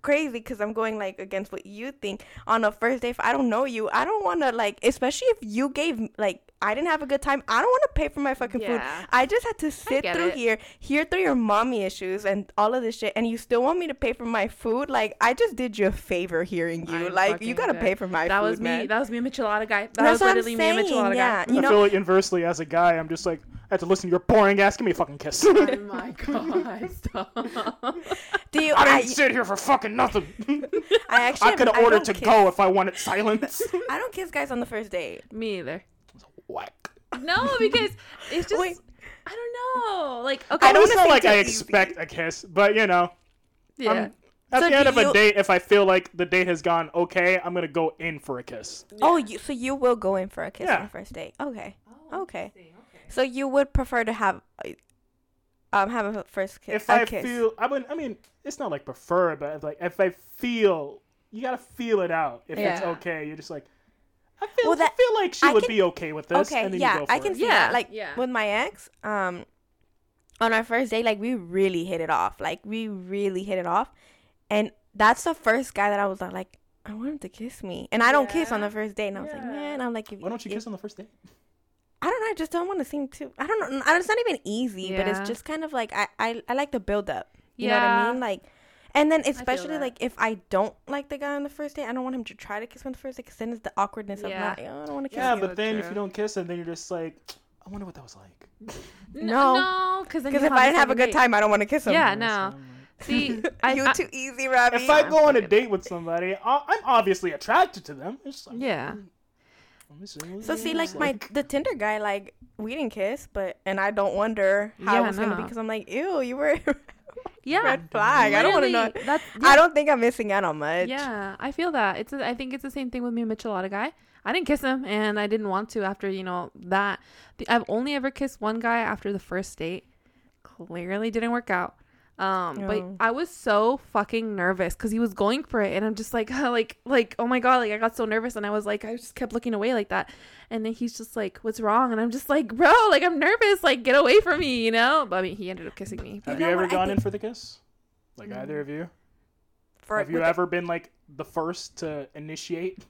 Speaker 1: Crazy, because I'm going like against what you think on a first date. If I don't know you, I don't want to like, especially if you gave like I didn't have a good time. I don't want to pay for my fucking food.
Speaker 2: Yeah.
Speaker 1: I just had to sit
Speaker 2: get
Speaker 1: through
Speaker 2: it.
Speaker 1: here, hear through your mommy issues and all of this shit, and you still want me to pay for my food? Like, I just did you a favor hearing you.
Speaker 2: I
Speaker 1: like,
Speaker 2: fucking
Speaker 1: you gotta
Speaker 2: did.
Speaker 1: pay for my
Speaker 2: that
Speaker 1: food,
Speaker 2: was me.
Speaker 1: man.
Speaker 2: That was me, a michelada guy. That
Speaker 1: That's
Speaker 2: was
Speaker 1: what I'm
Speaker 2: literally me, a
Speaker 1: saying,
Speaker 2: michelada
Speaker 1: yeah.
Speaker 2: guy.
Speaker 1: You
Speaker 3: I
Speaker 1: know-
Speaker 3: feel like inversely as a guy, I'm just like I have to listen to your boring ass. Give me a fucking kiss. I
Speaker 2: Oh my god! Stop.
Speaker 1: Do you?
Speaker 3: didn't
Speaker 1: I,
Speaker 3: sit here for fucking nothing.
Speaker 1: I actually
Speaker 3: I could have
Speaker 1: I
Speaker 3: ordered
Speaker 1: don't
Speaker 3: to
Speaker 1: kiss-
Speaker 3: go if I wanted silence.
Speaker 1: I don't kiss guys on the first date.
Speaker 2: me either.
Speaker 3: Whack.
Speaker 2: No, because it's just
Speaker 1: Wait.
Speaker 2: I don't know. Like okay,
Speaker 1: I
Speaker 3: I
Speaker 1: don't
Speaker 3: don't it's
Speaker 1: wanna
Speaker 3: not
Speaker 1: say
Speaker 3: like
Speaker 1: too
Speaker 3: I
Speaker 1: easy.
Speaker 3: expect a kiss, but you know,
Speaker 1: um,
Speaker 2: yeah.
Speaker 3: I'm- at
Speaker 1: So
Speaker 3: the end
Speaker 1: do
Speaker 3: of
Speaker 1: you-
Speaker 3: a date, if I feel like the date has gone okay, I'm gonna go in for a kiss.
Speaker 1: Oh, you, so you will go in for a kiss on
Speaker 3: Yeah.
Speaker 1: the first date? Okay,
Speaker 2: Oh,
Speaker 1: okay.
Speaker 2: interesting. Okay.
Speaker 1: So you would prefer to have, um, have a first kiss?
Speaker 3: If
Speaker 1: I
Speaker 3: I feel, I would. I mean, it's not like prefer, but if, like if I feel, you gotta feel it out. If it's
Speaker 2: Yeah.
Speaker 3: okay, you're just like, I feel,
Speaker 1: Well, that-
Speaker 3: I feel like she
Speaker 1: I
Speaker 3: would
Speaker 1: can-
Speaker 3: be okay with this.
Speaker 1: okay
Speaker 3: and then you
Speaker 1: yeah
Speaker 3: go for
Speaker 1: i can
Speaker 3: it.
Speaker 1: see
Speaker 2: Yeah,
Speaker 1: that like
Speaker 2: yeah.
Speaker 1: with my ex um on our first date like we really hit it off like we really hit it off and that's the first guy that i was like i want him to kiss me and i don't kiss on
Speaker 2: Yeah.
Speaker 1: the first date and i was like
Speaker 2: Yeah.
Speaker 1: man i'm like if,
Speaker 3: Why don't you
Speaker 1: if-
Speaker 3: kiss on the first date?
Speaker 1: i don't know i just don't want to seem too i don't know it's not even easy but
Speaker 2: Yeah.
Speaker 1: it's just kind of like i i, I like the build up you know what i
Speaker 2: Yeah.
Speaker 1: mean like and then especially
Speaker 2: that.
Speaker 1: like if I don't like the guy on the first date, I don't want him to try to kiss me on the first date because then it's the awkwardness
Speaker 2: Yeah.
Speaker 1: of not. "Oh, I don't want to kiss
Speaker 3: Yeah,
Speaker 1: you.
Speaker 3: but then if
Speaker 2: true.
Speaker 3: you don't kiss, and then you're just like, I wonder what that was like.
Speaker 1: No.
Speaker 2: no, because
Speaker 1: Because if I didn't have a good time, I don't want to kiss him.
Speaker 2: yeah,
Speaker 3: You know,
Speaker 2: no.
Speaker 3: so I'm like-
Speaker 2: See, I,
Speaker 1: you
Speaker 2: I-
Speaker 1: too easy, Robbie.
Speaker 3: If I
Speaker 2: I'm
Speaker 3: go on a
Speaker 2: fucking-
Speaker 3: date with somebody, I- I'm obviously attracted to them. It's just like,
Speaker 2: yeah,
Speaker 3: let me see what
Speaker 1: so
Speaker 3: this
Speaker 1: see,
Speaker 3: looks
Speaker 1: like my the Tinder guy, like we didn't kiss, but and I don't wonder how
Speaker 2: Yeah,
Speaker 1: it was gonna
Speaker 2: no.
Speaker 1: be because I'm like, ew, you were
Speaker 2: yeah.
Speaker 1: red flag. I don't want to know.
Speaker 2: Literally, That's,
Speaker 1: I don't think I'm missing out on much.
Speaker 2: Yeah, I feel that. It's. A, I think it's the same thing with me, and Michelada guy. I didn't kiss him, and I didn't want to after you know that. The, I've only ever kissed one guy after the first date. Clearly didn't work out. Um, but
Speaker 1: Oh.
Speaker 2: I was so fucking nervous because he was going for it, and I'm just like, like, like, oh my god, like I got so nervous, and I was like, I just kept looking away like that, and then he's just like, what's wrong? And I'm just like, bro, like I'm nervous, like get away from me, you know. But I mean, he ended up kissing me.
Speaker 1: You
Speaker 3: Have you,
Speaker 1: know
Speaker 3: ever
Speaker 1: what, I
Speaker 3: gone
Speaker 1: think- Mm.
Speaker 3: in for the kiss? Like either of you?
Speaker 1: For,
Speaker 3: Have you
Speaker 1: with-
Speaker 3: ever been like the first to initiate?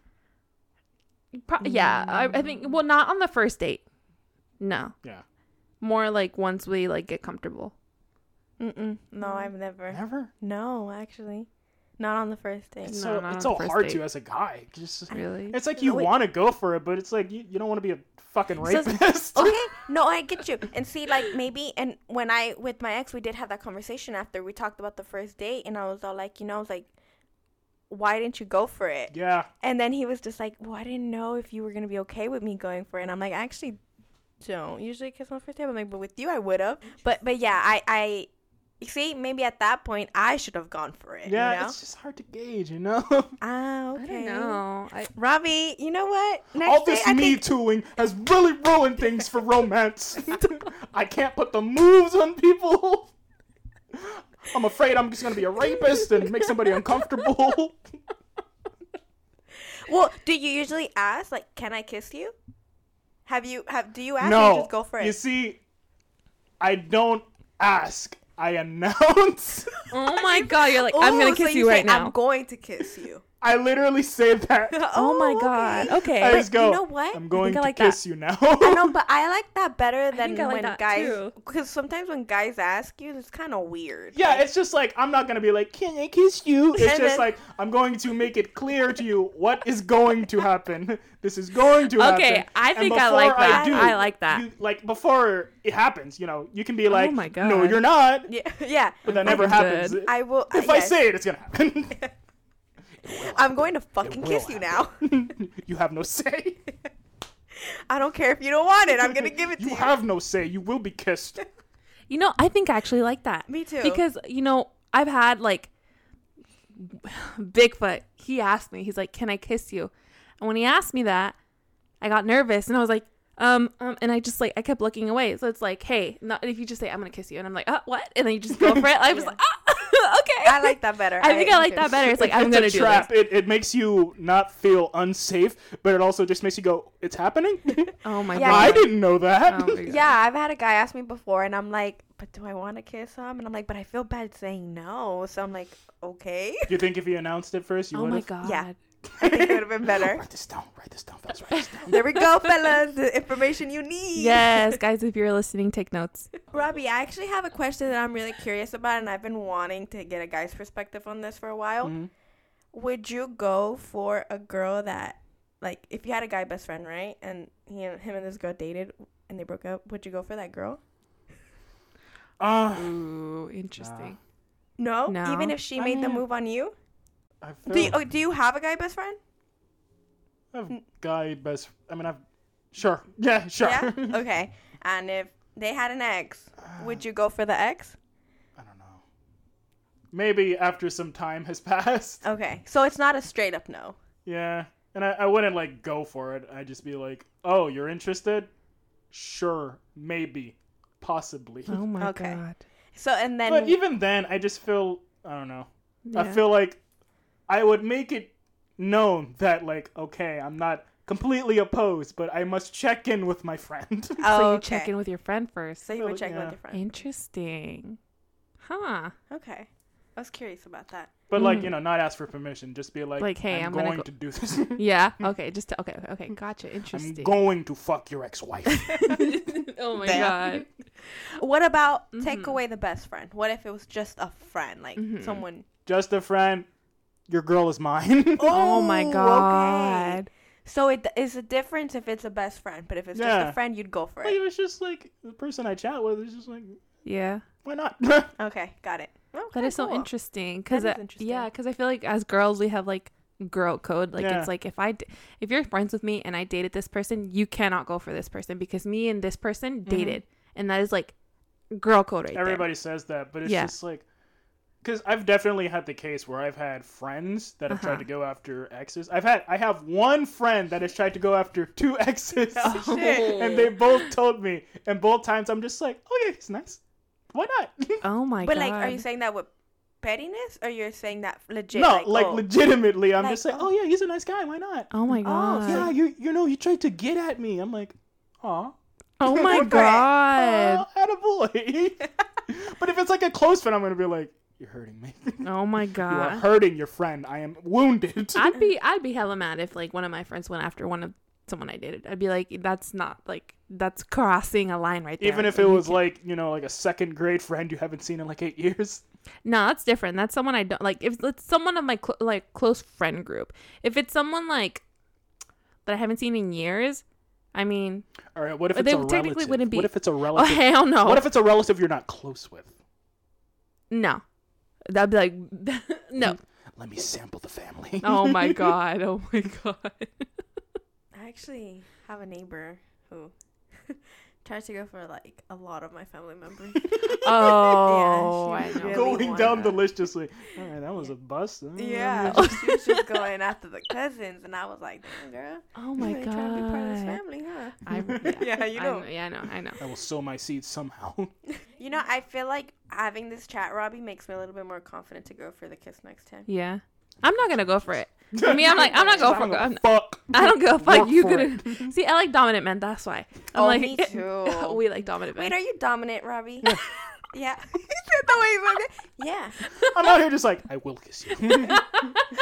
Speaker 2: Pro- yeah, I, I think. Well, not on the first date. No.
Speaker 3: Yeah.
Speaker 2: More like once we like get comfortable.
Speaker 1: Mm-mm. No, I've never.
Speaker 3: Never.
Speaker 1: No, actually, not on the first date.
Speaker 3: It's
Speaker 2: No,
Speaker 3: so
Speaker 2: not
Speaker 3: it's
Speaker 2: on
Speaker 3: so
Speaker 2: the first
Speaker 3: hard
Speaker 2: date.
Speaker 3: to as a guy. It's, just,
Speaker 2: Really.
Speaker 3: it's like you
Speaker 1: No, it-
Speaker 3: want to go for it, but it's like you, you don't want to be a fucking
Speaker 1: So-
Speaker 3: rapist.
Speaker 1: okay no i get you and see like maybe and when i with my ex we did have that conversation after we talked about the first date and i was all like you know i was like why didn't you go for it
Speaker 3: yeah.
Speaker 1: and then he was just like well i didn't know if you were gonna be okay with me going for it and i'm like i actually don't usually kiss on the first date i'm like but with you i would have but but yeah i i you see maybe at that point i should have gone for it
Speaker 3: Yeah,
Speaker 1: you know?
Speaker 3: it's just hard to gauge, you know?
Speaker 1: ah okay
Speaker 2: I don't know. I,
Speaker 1: robbie you know what Next
Speaker 3: All this
Speaker 1: date, I
Speaker 3: me
Speaker 1: think-
Speaker 3: tooing has really ruined things for romance. I can't put the moves on people. I'm afraid I'm just gonna be a rapist and make somebody uncomfortable.
Speaker 1: Well, do you usually ask like, "Can I kiss you?" Have you have do you ask or
Speaker 3: no,
Speaker 1: you just go for it?
Speaker 3: You see, I don't ask. I announce.
Speaker 2: oh my god! You're like, I'm
Speaker 1: Ooh,
Speaker 2: gonna
Speaker 1: Oh, so
Speaker 2: kiss
Speaker 1: you
Speaker 2: you,
Speaker 1: say,
Speaker 2: right now.
Speaker 1: I'm going to kiss you.
Speaker 3: I literally say that.
Speaker 2: oh my god. Okay.
Speaker 3: I
Speaker 1: But
Speaker 3: just go.
Speaker 1: you know what? I
Speaker 3: I'm going
Speaker 2: think I
Speaker 3: to
Speaker 2: like that.
Speaker 3: kiss you now.
Speaker 1: I know, but I like that better than
Speaker 2: think I like
Speaker 1: when
Speaker 2: that
Speaker 1: guys
Speaker 2: too.
Speaker 1: because sometimes when guys ask you, it's kind of weird.
Speaker 3: yeah,
Speaker 1: Like,
Speaker 3: it's just like I'm not gonna be like, can I kiss you? It's
Speaker 1: And
Speaker 3: just
Speaker 1: then-
Speaker 3: like I'm going to make it clear to you what is going to happen. This is going to happen.
Speaker 2: Okay, I
Speaker 3: And
Speaker 2: think I like
Speaker 3: before
Speaker 2: that.
Speaker 3: do,
Speaker 2: I like that.
Speaker 3: You, like before it happens, you know, you can be like,
Speaker 2: my
Speaker 3: no,
Speaker 2: God.
Speaker 3: you're not.
Speaker 1: yeah, yeah.
Speaker 3: But that never
Speaker 2: fucking
Speaker 3: happens.
Speaker 2: good.
Speaker 1: I will.
Speaker 3: if I
Speaker 1: yes,
Speaker 3: say it, it's gonna happen.
Speaker 1: I'm going to fucking
Speaker 3: will
Speaker 1: kiss you now,
Speaker 3: you have no say.
Speaker 1: I don't care if you don't want it. I'm gonna give it to
Speaker 3: You
Speaker 1: you.
Speaker 3: have no say. You will be kissed.
Speaker 2: You know, I think I actually like that.
Speaker 1: Me too.
Speaker 2: Because, you know, I've had like Bigfoot, he asked me, he's like, Can I kiss you? And when he asked me that, I got nervous and I was like, um, um, and I just like I kept looking away. So it's like, hey, not if you just say I'm gonna kiss you, and I'm like, uh, what? And then you just go for it. I was
Speaker 1: Yeah.
Speaker 2: like, ah, okay.
Speaker 1: I like that better.
Speaker 2: I think I like that better. It's like I'm
Speaker 3: it's
Speaker 2: gonna
Speaker 3: a
Speaker 2: do
Speaker 3: trap.
Speaker 2: this.
Speaker 3: It, it makes you not feel unsafe, but it also just makes you go, "It's happening."
Speaker 2: Oh my
Speaker 1: Yeah,
Speaker 3: I
Speaker 2: god.
Speaker 3: didn't know that.
Speaker 2: Oh my god.
Speaker 1: Yeah, I've had a guy ask me before, and I'm like, but do I want to kiss him? And I'm like, but I feel bad saying no. So I'm like, okay.
Speaker 3: Do you think if you announced it first, you
Speaker 2: Oh
Speaker 3: would
Speaker 2: my
Speaker 3: have?
Speaker 2: god.
Speaker 1: Yeah. I think it would have been better.
Speaker 3: Write this down. Write this down. Fellas, write this down.
Speaker 1: There we go, fellas. The information you need.
Speaker 2: Yes, guys, if you're listening, take notes.
Speaker 1: Robbie, I actually have a question that I'm really curious about, and I've been wanting to get a guy's perspective on this for a while.
Speaker 3: Mhm.
Speaker 1: Would you go for a girl that, like, if you had a guy best friend, right, and he and him and this girl dated and they broke up, would you go for that girl?
Speaker 3: Uh,
Speaker 2: Ooh, interesting.
Speaker 1: No,
Speaker 2: No.
Speaker 1: even if she
Speaker 3: I
Speaker 1: made the
Speaker 3: mean-
Speaker 1: move on you.
Speaker 3: I
Speaker 1: Do you,
Speaker 3: feel
Speaker 1: oh, do you have a guy best friend?
Speaker 3: I've guy best. I mean, I've sure. Yeah, sure.
Speaker 1: Yeah. Okay. And if they had an ex, would you go for the ex?
Speaker 3: I don't know. Maybe after some time has passed.
Speaker 1: Okay. So it's not a straight up no.
Speaker 3: Yeah. And I, I wouldn't like go for it. I'd just be like, oh, you're interested? Sure. Maybe. Possibly.
Speaker 2: Oh my
Speaker 1: Okay.
Speaker 2: god.
Speaker 1: So and then
Speaker 3: but even then, I just feel, I don't know. I
Speaker 2: Yeah.
Speaker 3: feel like I would make it known that, like, okay, I'm not completely opposed, but I must check in with my friend.
Speaker 1: oh,
Speaker 2: so you
Speaker 1: okay.
Speaker 2: check in with your friend first.
Speaker 1: So you would
Speaker 3: So,
Speaker 1: check in
Speaker 3: yeah.
Speaker 1: with your friend.
Speaker 2: Interesting. Huh.
Speaker 1: Okay. I was curious about that.
Speaker 3: but, like, you know, not ask for permission. Just be like,
Speaker 2: Mm. Like, hey, I'm
Speaker 3: going
Speaker 2: gonna go-
Speaker 3: to do this.
Speaker 2: Yeah. Okay. Just okay. okay, Okay. Gotcha.
Speaker 3: I'm
Speaker 2: Interesting.
Speaker 3: going to fuck your ex wife.
Speaker 2: oh my
Speaker 1: Damn.
Speaker 2: god.
Speaker 1: What about take away the best friend? What if it was just a friend, like someone?
Speaker 3: just a friend. Your girl is mine.
Speaker 2: Oh
Speaker 1: Ooh,
Speaker 2: my
Speaker 1: okay.
Speaker 2: god.
Speaker 1: So it is a difference if it's a best friend, but if it's just
Speaker 3: Yeah.
Speaker 1: a friend, you'd go for
Speaker 3: Like,
Speaker 1: it.
Speaker 3: it was just like the person I chat with is just like,
Speaker 2: Yeah.
Speaker 3: why not?
Speaker 1: Okay, got it. Okay,
Speaker 2: That is so
Speaker 1: cool.
Speaker 2: interesting. Cause
Speaker 1: That is
Speaker 2: I-
Speaker 1: interesting.
Speaker 2: yeah, because I feel like as girls we have like girl code. Like
Speaker 3: Yeah.
Speaker 2: it's like if I d- if you're friends with me and I dated this person, you cannot go for this person because me and this person
Speaker 1: Mm-hmm.
Speaker 2: dated, and that is like girl code right there.
Speaker 3: Everybody says that, but it's
Speaker 2: Yeah.
Speaker 3: just like, because I've definitely had the case where I've had friends that have tried
Speaker 2: Uh-huh.
Speaker 3: to go after exes. I've had, I have one friend that has tried to go after two exes,
Speaker 2: Oh,
Speaker 1: Shit.
Speaker 3: and they both told me, and both times I'm just like, oh yeah, he's nice. Why not?
Speaker 2: Oh my
Speaker 1: But
Speaker 2: god.
Speaker 1: like, are you saying that with pettiness, or you're saying that legit?
Speaker 3: no, like,
Speaker 1: oh,
Speaker 3: legitimately, I'm
Speaker 1: Like,
Speaker 3: just like,
Speaker 1: oh.
Speaker 3: oh yeah, he's a nice guy. Why not?
Speaker 2: Oh my god. Oh,
Speaker 3: yeah, you you know, he tried to get at me. I'm like, aw.
Speaker 2: Oh my god.
Speaker 3: Oh, attaboy. but if it's like a close friend, I'm gonna be like, "You're hurting me. you
Speaker 2: Oh my
Speaker 3: are
Speaker 2: god.
Speaker 3: hurting your friend. I am wounded."
Speaker 2: I'd be I'd be hella mad if like one of my friends went after one of someone I dated. I'd be like, that's not like that's crossing a line right there.
Speaker 3: Even if
Speaker 2: You
Speaker 3: it was
Speaker 2: can't-
Speaker 3: like you know, like a second grade friend you haven't seen in like eight years.
Speaker 2: No, that's different. That's someone I don't like. If it's someone of my cl- like close friend group, if it's someone like that I haven't seen in years, I mean,
Speaker 3: All right, what if
Speaker 2: But
Speaker 3: it's
Speaker 2: they
Speaker 3: a
Speaker 2: technically
Speaker 3: relative?
Speaker 2: wouldn't be-
Speaker 3: What if it's a
Speaker 2: oh
Speaker 3: relative?
Speaker 2: hell no,
Speaker 3: What if it's a relative you're not close with?
Speaker 2: no, that'd be like no.
Speaker 3: Let me sample the family.
Speaker 2: Oh my god, oh my god.
Speaker 1: I actually have a neighbor who tries to go for like a lot of my family members.
Speaker 2: Oh,
Speaker 1: Yeah, she
Speaker 2: I know.
Speaker 1: really
Speaker 3: Going
Speaker 1: want
Speaker 3: down
Speaker 1: that.
Speaker 3: the list, just like, all right, that was a bust. Uh,
Speaker 1: yeah, she was just going after the cousins, and I was like, "Damn, girl,
Speaker 2: oh
Speaker 1: you
Speaker 2: my
Speaker 1: ain't trying to be part of this
Speaker 2: god.
Speaker 1: family, huh?"
Speaker 2: I,
Speaker 1: Yeah, you know.
Speaker 2: I, yeah, I know. I know.
Speaker 3: I will sow my seeds somehow.
Speaker 1: You know, I feel like having this chat, Robbie, makes me a little bit more confident to go for the kiss next time.
Speaker 2: Yeah, I'm not gonna go for it. I mean, I'm like, I'm not going for.
Speaker 3: I
Speaker 2: I'm,
Speaker 3: don't fuck.
Speaker 2: I don't give a fuck.
Speaker 3: Work
Speaker 2: You
Speaker 3: for
Speaker 2: could see. I like dominant men. That's why. I'm
Speaker 1: Oh,
Speaker 2: like,
Speaker 1: me too.
Speaker 2: we like dominant men.
Speaker 1: Wait, are you dominant, Robbie? yeah. He said the way he said it. Yeah.
Speaker 3: I'm out here just like, I will kiss you.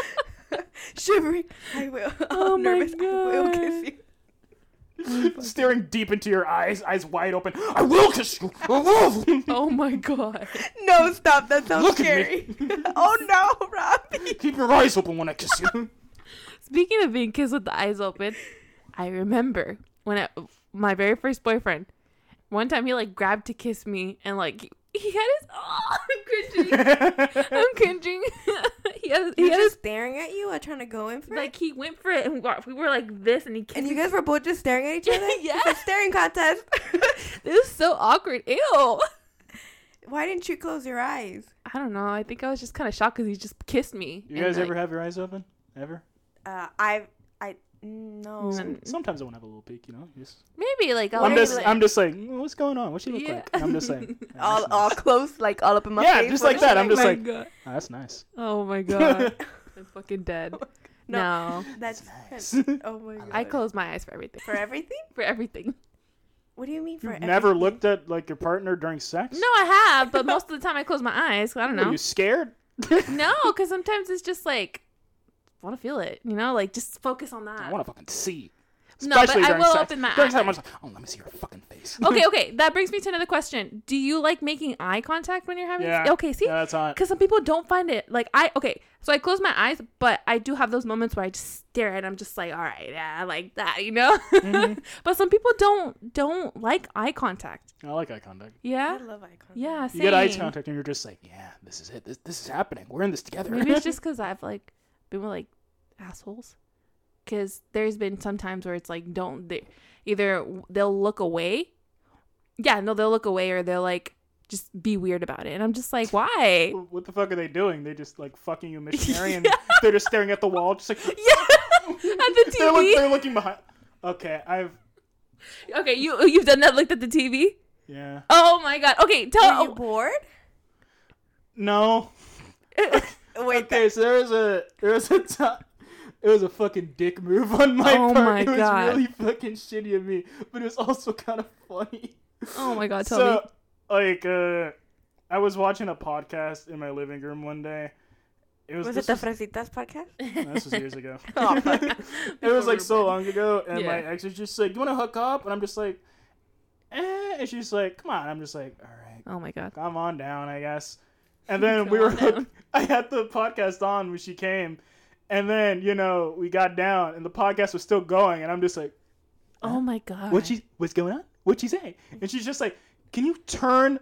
Speaker 1: Shivering. I will. I'm
Speaker 2: Oh my
Speaker 1: nervous. I will kiss
Speaker 2: God.
Speaker 1: you.
Speaker 3: staring deep into your eyes, eyes wide open. I will kiss you. I will.
Speaker 2: oh my god.
Speaker 1: No, stop. That sounds
Speaker 3: Look at
Speaker 1: scary.
Speaker 3: me.
Speaker 1: oh no, Robbie.
Speaker 3: Keep your eyes open when I kiss you.
Speaker 2: Speaking of being kissed with the eyes open, I remember when I, my very first boyfriend, one time he like grabbed to kiss me and like he, he had his oh I'm cringing. I'm cringing. he had, he
Speaker 1: He
Speaker 2: had
Speaker 1: was
Speaker 2: his,
Speaker 1: staring at you or trying to go in for
Speaker 2: like he went for it and we were- we were like this and he kissed
Speaker 1: And you
Speaker 2: me.
Speaker 1: guys were both just staring at each other?
Speaker 2: Yeah.
Speaker 1: It's a staring contest.
Speaker 2: This is so awkward. Ew.
Speaker 1: Why didn't you close your eyes?
Speaker 2: I don't know. I think I was just kind of shocked because he just kissed me.
Speaker 3: You
Speaker 2: and,
Speaker 3: guys ever
Speaker 2: like,
Speaker 3: have your eyes open? Ever?
Speaker 1: Uh, I I no.
Speaker 2: Mm.
Speaker 3: Sometimes I want to have a little peek, you know. Just,
Speaker 2: Maybe like I'll
Speaker 3: I'm
Speaker 1: like-
Speaker 3: just, I'm just like, "Mm, what's going on? What she look
Speaker 2: Yeah.
Speaker 3: like? And I'm just saying, "Oh,
Speaker 1: All
Speaker 3: that's
Speaker 1: all
Speaker 3: nice."
Speaker 1: close, like all up in my
Speaker 3: Yeah,
Speaker 1: face.
Speaker 3: just
Speaker 1: What
Speaker 3: like
Speaker 1: is
Speaker 3: that,
Speaker 1: it?
Speaker 3: I'm just
Speaker 2: my
Speaker 3: like-
Speaker 2: God.
Speaker 3: Oh, that's nice.
Speaker 2: oh my god, I'm fucking dead. No,
Speaker 1: that's
Speaker 3: Nice.
Speaker 1: oh my god.
Speaker 2: I close my eyes for everything.
Speaker 1: for everything.
Speaker 2: For everything.
Speaker 1: What do you mean for
Speaker 3: You've
Speaker 1: everything?
Speaker 3: never looked at like your partner during sex?
Speaker 2: No, I have, but most of the time I close my eyes. 'cause I don't
Speaker 3: Are
Speaker 2: know.
Speaker 3: you scared?
Speaker 2: No, because sometimes it's just like want to feel it, you know, like just focus on
Speaker 3: I
Speaker 2: that.
Speaker 3: want to fucking see.
Speaker 2: No, but
Speaker 3: Especially
Speaker 2: I
Speaker 3: during
Speaker 2: will
Speaker 3: sex.
Speaker 2: open my
Speaker 3: During sex,
Speaker 2: eye-
Speaker 3: I'm just like, oh, let me see your fucking face.
Speaker 2: okay, okay, that brings me to another question. Do you like making eye contact when you're having?
Speaker 3: Yeah.
Speaker 2: Okay, see,
Speaker 3: Yeah, that's hot.
Speaker 2: because some people don't find it. Like I, okay, so I close my eyes, but I do have those moments where I just stare and I'm just like, all right, yeah, I like that, you know.
Speaker 3: Mm-hmm.
Speaker 2: but some people don't don't like eye contact.
Speaker 3: I like eye contact.
Speaker 2: Yeah,
Speaker 1: I love eye contact.
Speaker 2: yeah.
Speaker 3: You get eye
Speaker 2: same.
Speaker 3: contact and you're just like, yeah, this is it. This, this is happening. We're in this together.
Speaker 2: Maybe it's just because I've like been with like assholes. Because there's been some times where it's like don't they either they'll look away, yeah, no, they'll look away or they'll like just be weird about it, and I'm just like, why?
Speaker 3: what the fuck are they doing? They just like fucking you missionary and they're just staring at the wall, just like
Speaker 2: yeah, at the
Speaker 3: they're, look,
Speaker 2: TV.
Speaker 3: they're looking behind. Okay, I've
Speaker 2: Okay, you you've done that. Looked at the TV.
Speaker 3: yeah.
Speaker 2: Oh my god. Okay,
Speaker 1: Are you
Speaker 2: tell. oh,
Speaker 1: bored?
Speaker 3: No,
Speaker 1: Wait,
Speaker 3: okay, so there was a there was a time. It was a fucking dick move on my
Speaker 2: Oh
Speaker 3: part.
Speaker 2: my
Speaker 3: it was
Speaker 2: God.
Speaker 3: really fucking shitty of me, but it was also kind of funny.
Speaker 2: Oh my god, tell me.
Speaker 3: so, like, uh, I was watching a podcast in my living room one day. It was,
Speaker 1: was it
Speaker 3: this
Speaker 1: the Fresitas podcast?
Speaker 3: was- this was years ago.
Speaker 1: Oh, fuck.
Speaker 3: it was like so long ago, and my
Speaker 2: Yeah.
Speaker 3: ex is just like, "You want to hook up?" And I'm just like, "Eh," and she's like, "Come on." I'm just like, "All right."
Speaker 2: Oh my god.
Speaker 3: come on down, I guess. And then
Speaker 2: Come
Speaker 3: we were,
Speaker 2: on down.
Speaker 3: I had the podcast on when she came, and then you know we got down, and the podcast was still going, and I'm just like,
Speaker 2: Oh my god.
Speaker 3: what she, what's going on? What'd she say? And she's just like, can you turn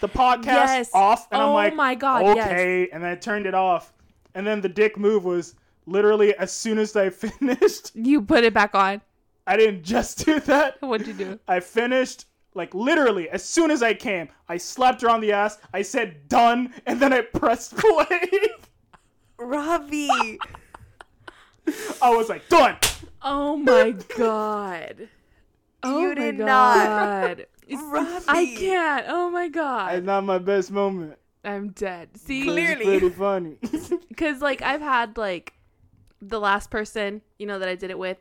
Speaker 3: the podcast
Speaker 2: Yes.
Speaker 3: off? And
Speaker 2: Oh
Speaker 3: I'm like,
Speaker 2: my God, yes.
Speaker 3: okay. And I turned it off, and then the dick move was literally as soon as I finished.
Speaker 2: You put it back on.
Speaker 3: I didn't just do that.
Speaker 2: What'd you do?
Speaker 3: I finished like literally as soon as I came. I slapped her on the ass. I said done, and then I pressed play.
Speaker 1: Robbie.
Speaker 3: I was like done.
Speaker 2: Oh my god. Oh
Speaker 1: You
Speaker 2: my
Speaker 1: did not.
Speaker 2: god. It's-
Speaker 1: Robbie.
Speaker 2: I can't. Oh my
Speaker 3: It's
Speaker 2: god.
Speaker 3: not my best moment.
Speaker 2: I'm dead.
Speaker 3: but
Speaker 2: See,
Speaker 1: Clear-
Speaker 3: it's
Speaker 1: Clearly.
Speaker 3: pretty funny.
Speaker 2: because like I've had like the last person you know that I did it with,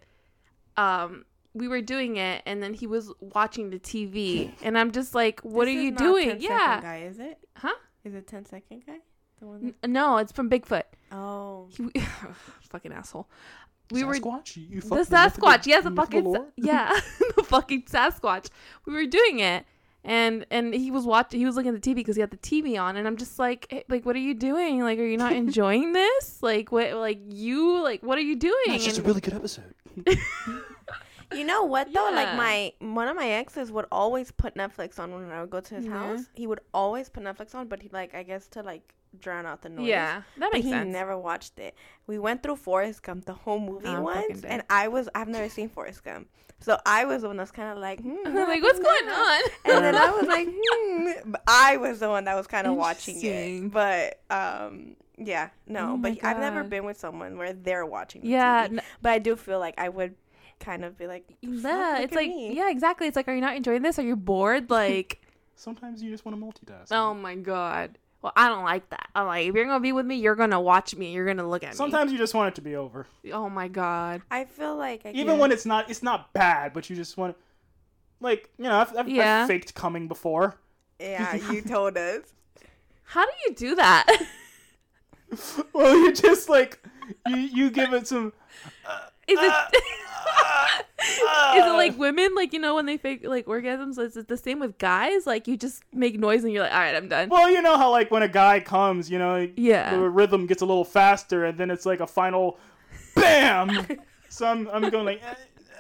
Speaker 2: um, we were doing it and then he was watching the TV and I'm just like, what
Speaker 1: This
Speaker 2: are
Speaker 1: is
Speaker 2: you
Speaker 1: not
Speaker 2: doing?
Speaker 1: 10
Speaker 2: Yeah.
Speaker 1: second guy, is it?
Speaker 2: Huh?
Speaker 1: Is it 10 second guy? The one.
Speaker 2: N- No, it's from Bigfoot.
Speaker 1: That- oh.
Speaker 2: He, fucking asshole. We were
Speaker 3: Sasquatch. You
Speaker 2: the Sasquatch. Yes, the fucking sa- yeah, the fucking Sasquatch. We were doing it, and and he was watching. He was looking at the TV because he had the TV on, and I'm just like, "Hey, like, what are you doing? Like, are you not enjoying this? Like, what? Like, you like, what are you doing?
Speaker 3: It's just a
Speaker 2: And-
Speaker 3: really good episode.
Speaker 1: You know what though?
Speaker 2: Yeah.
Speaker 1: Like my one of my exes would always put Netflix on when I would go to his
Speaker 2: Yeah.
Speaker 1: house. He would always put Netflix on, but he like I guess to like drown out the noise.
Speaker 2: yeah, that
Speaker 1: But
Speaker 2: makes
Speaker 1: he
Speaker 2: sense.
Speaker 1: never watched it. We went through Forrest Gump, the whole movie
Speaker 2: I'm fucking
Speaker 1: once,
Speaker 2: dead.
Speaker 1: and I was I've never seen Forrest Gump, so I was the one that's kind of like, hmm,
Speaker 2: like, what's going on?
Speaker 1: And then I was like, hmm. But I was the one that was kind of watching
Speaker 2: Interesting.
Speaker 1: it, but um, yeah, no.
Speaker 2: Oh
Speaker 1: but
Speaker 2: my
Speaker 1: he- I've never
Speaker 2: God.
Speaker 1: been with someone where they're watching. The
Speaker 2: yeah,
Speaker 1: TV.
Speaker 2: n-
Speaker 1: but I do feel like I would kind of be like,
Speaker 2: yeah.
Speaker 1: look
Speaker 2: It's
Speaker 1: at
Speaker 2: like,
Speaker 1: me.
Speaker 2: yeah, exactly. It's like, are you not enjoying this? Are you bored? Like,
Speaker 3: Sometimes you just want to multitask.
Speaker 2: oh my god. Well, I don't like that. I'm like, if you're gonna be with me, you're gonna watch me. You're gonna look at
Speaker 3: Sometimes you just want it to be over.
Speaker 2: me. Oh my god.
Speaker 1: I feel like I
Speaker 3: Even
Speaker 1: can-
Speaker 3: when it's not, it's not bad, but you just want, like, you know, I've, I've,
Speaker 2: Yeah.
Speaker 3: I've faked coming before.
Speaker 1: yeah, you told us.
Speaker 2: How do you do that?
Speaker 3: well, you just like, you you give it some.
Speaker 2: Is it
Speaker 3: Ah, ah,
Speaker 2: is it
Speaker 3: ah.
Speaker 2: like women like you know when they fake like orgasms? Is it the same with guys? Like you just make noise and you're like, all right, I'm done.
Speaker 3: Well, you know how like when a guy comes, you know,
Speaker 2: Yeah.
Speaker 3: the rhythm gets a little faster, and then it's like a final, bam. so I'm I'm going like,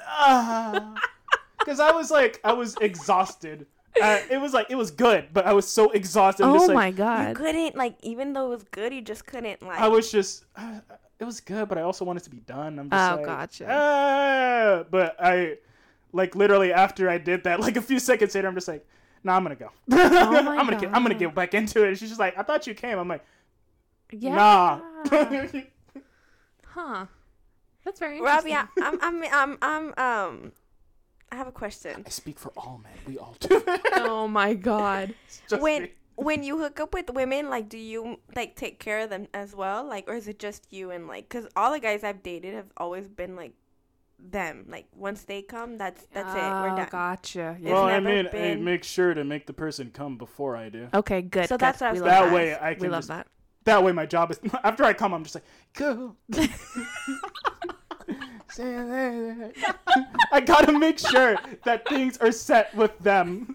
Speaker 3: because I was like I was exhausted. Uh, it was like it was good, but I was so exhausted. I'm
Speaker 2: oh
Speaker 3: just, like,
Speaker 2: my
Speaker 1: You
Speaker 2: god.
Speaker 1: couldn't like, even though it was good, you just couldn't like.
Speaker 3: I was just. Uh, it was good, but I also wanted to be done. I'm just
Speaker 2: Oh,
Speaker 3: like,
Speaker 2: gotcha.
Speaker 3: "Ah." but I, like, literally after I did that, like a few seconds later, I'm just like, no, nah, I'm gonna go.
Speaker 2: Oh my
Speaker 3: I'm gonna get, I'm gonna
Speaker 2: God.
Speaker 3: get back into it. She's just like, I thought you came. I'm like,
Speaker 2: Yeah.
Speaker 3: nah.
Speaker 2: huh. That's very interesting.
Speaker 1: Robbie, I, I'm, I'm, I'm, I'm, um, I have a question.
Speaker 3: I speak for all men. We all do.
Speaker 2: oh my god.
Speaker 3: It's just
Speaker 1: When
Speaker 3: me.
Speaker 1: when you hook up with women, like, do you like take care of them as well, like, or is it just you and like, cause all the guys I've dated have always been like them. Like, once they come, that's that's it. We're
Speaker 2: Oh,
Speaker 1: done.
Speaker 2: Gotcha. Yeah.
Speaker 1: It's
Speaker 3: well, I
Speaker 1: never
Speaker 3: mean, I
Speaker 1: been-
Speaker 3: make sure to make the person come before I do.
Speaker 2: okay. Good.
Speaker 1: So
Speaker 2: good.
Speaker 1: that's what I
Speaker 2: We
Speaker 1: was
Speaker 2: love
Speaker 3: That
Speaker 1: Nice.
Speaker 3: way, I
Speaker 2: Oh, We
Speaker 3: can
Speaker 2: love
Speaker 3: just.
Speaker 2: that.
Speaker 3: That way, my job is. After I come, I'm just like, go. I gotta make sure that things are set with them.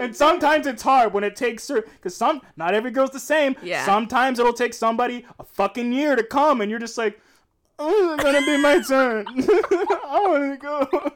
Speaker 3: and sometimes it's hard when it takes certain. Because some. Not every girl's the same.
Speaker 2: Yeah.
Speaker 3: Sometimes it'll take somebody a fucking year to come, and you're just like, oh, it's gonna be my turn. I wanna go.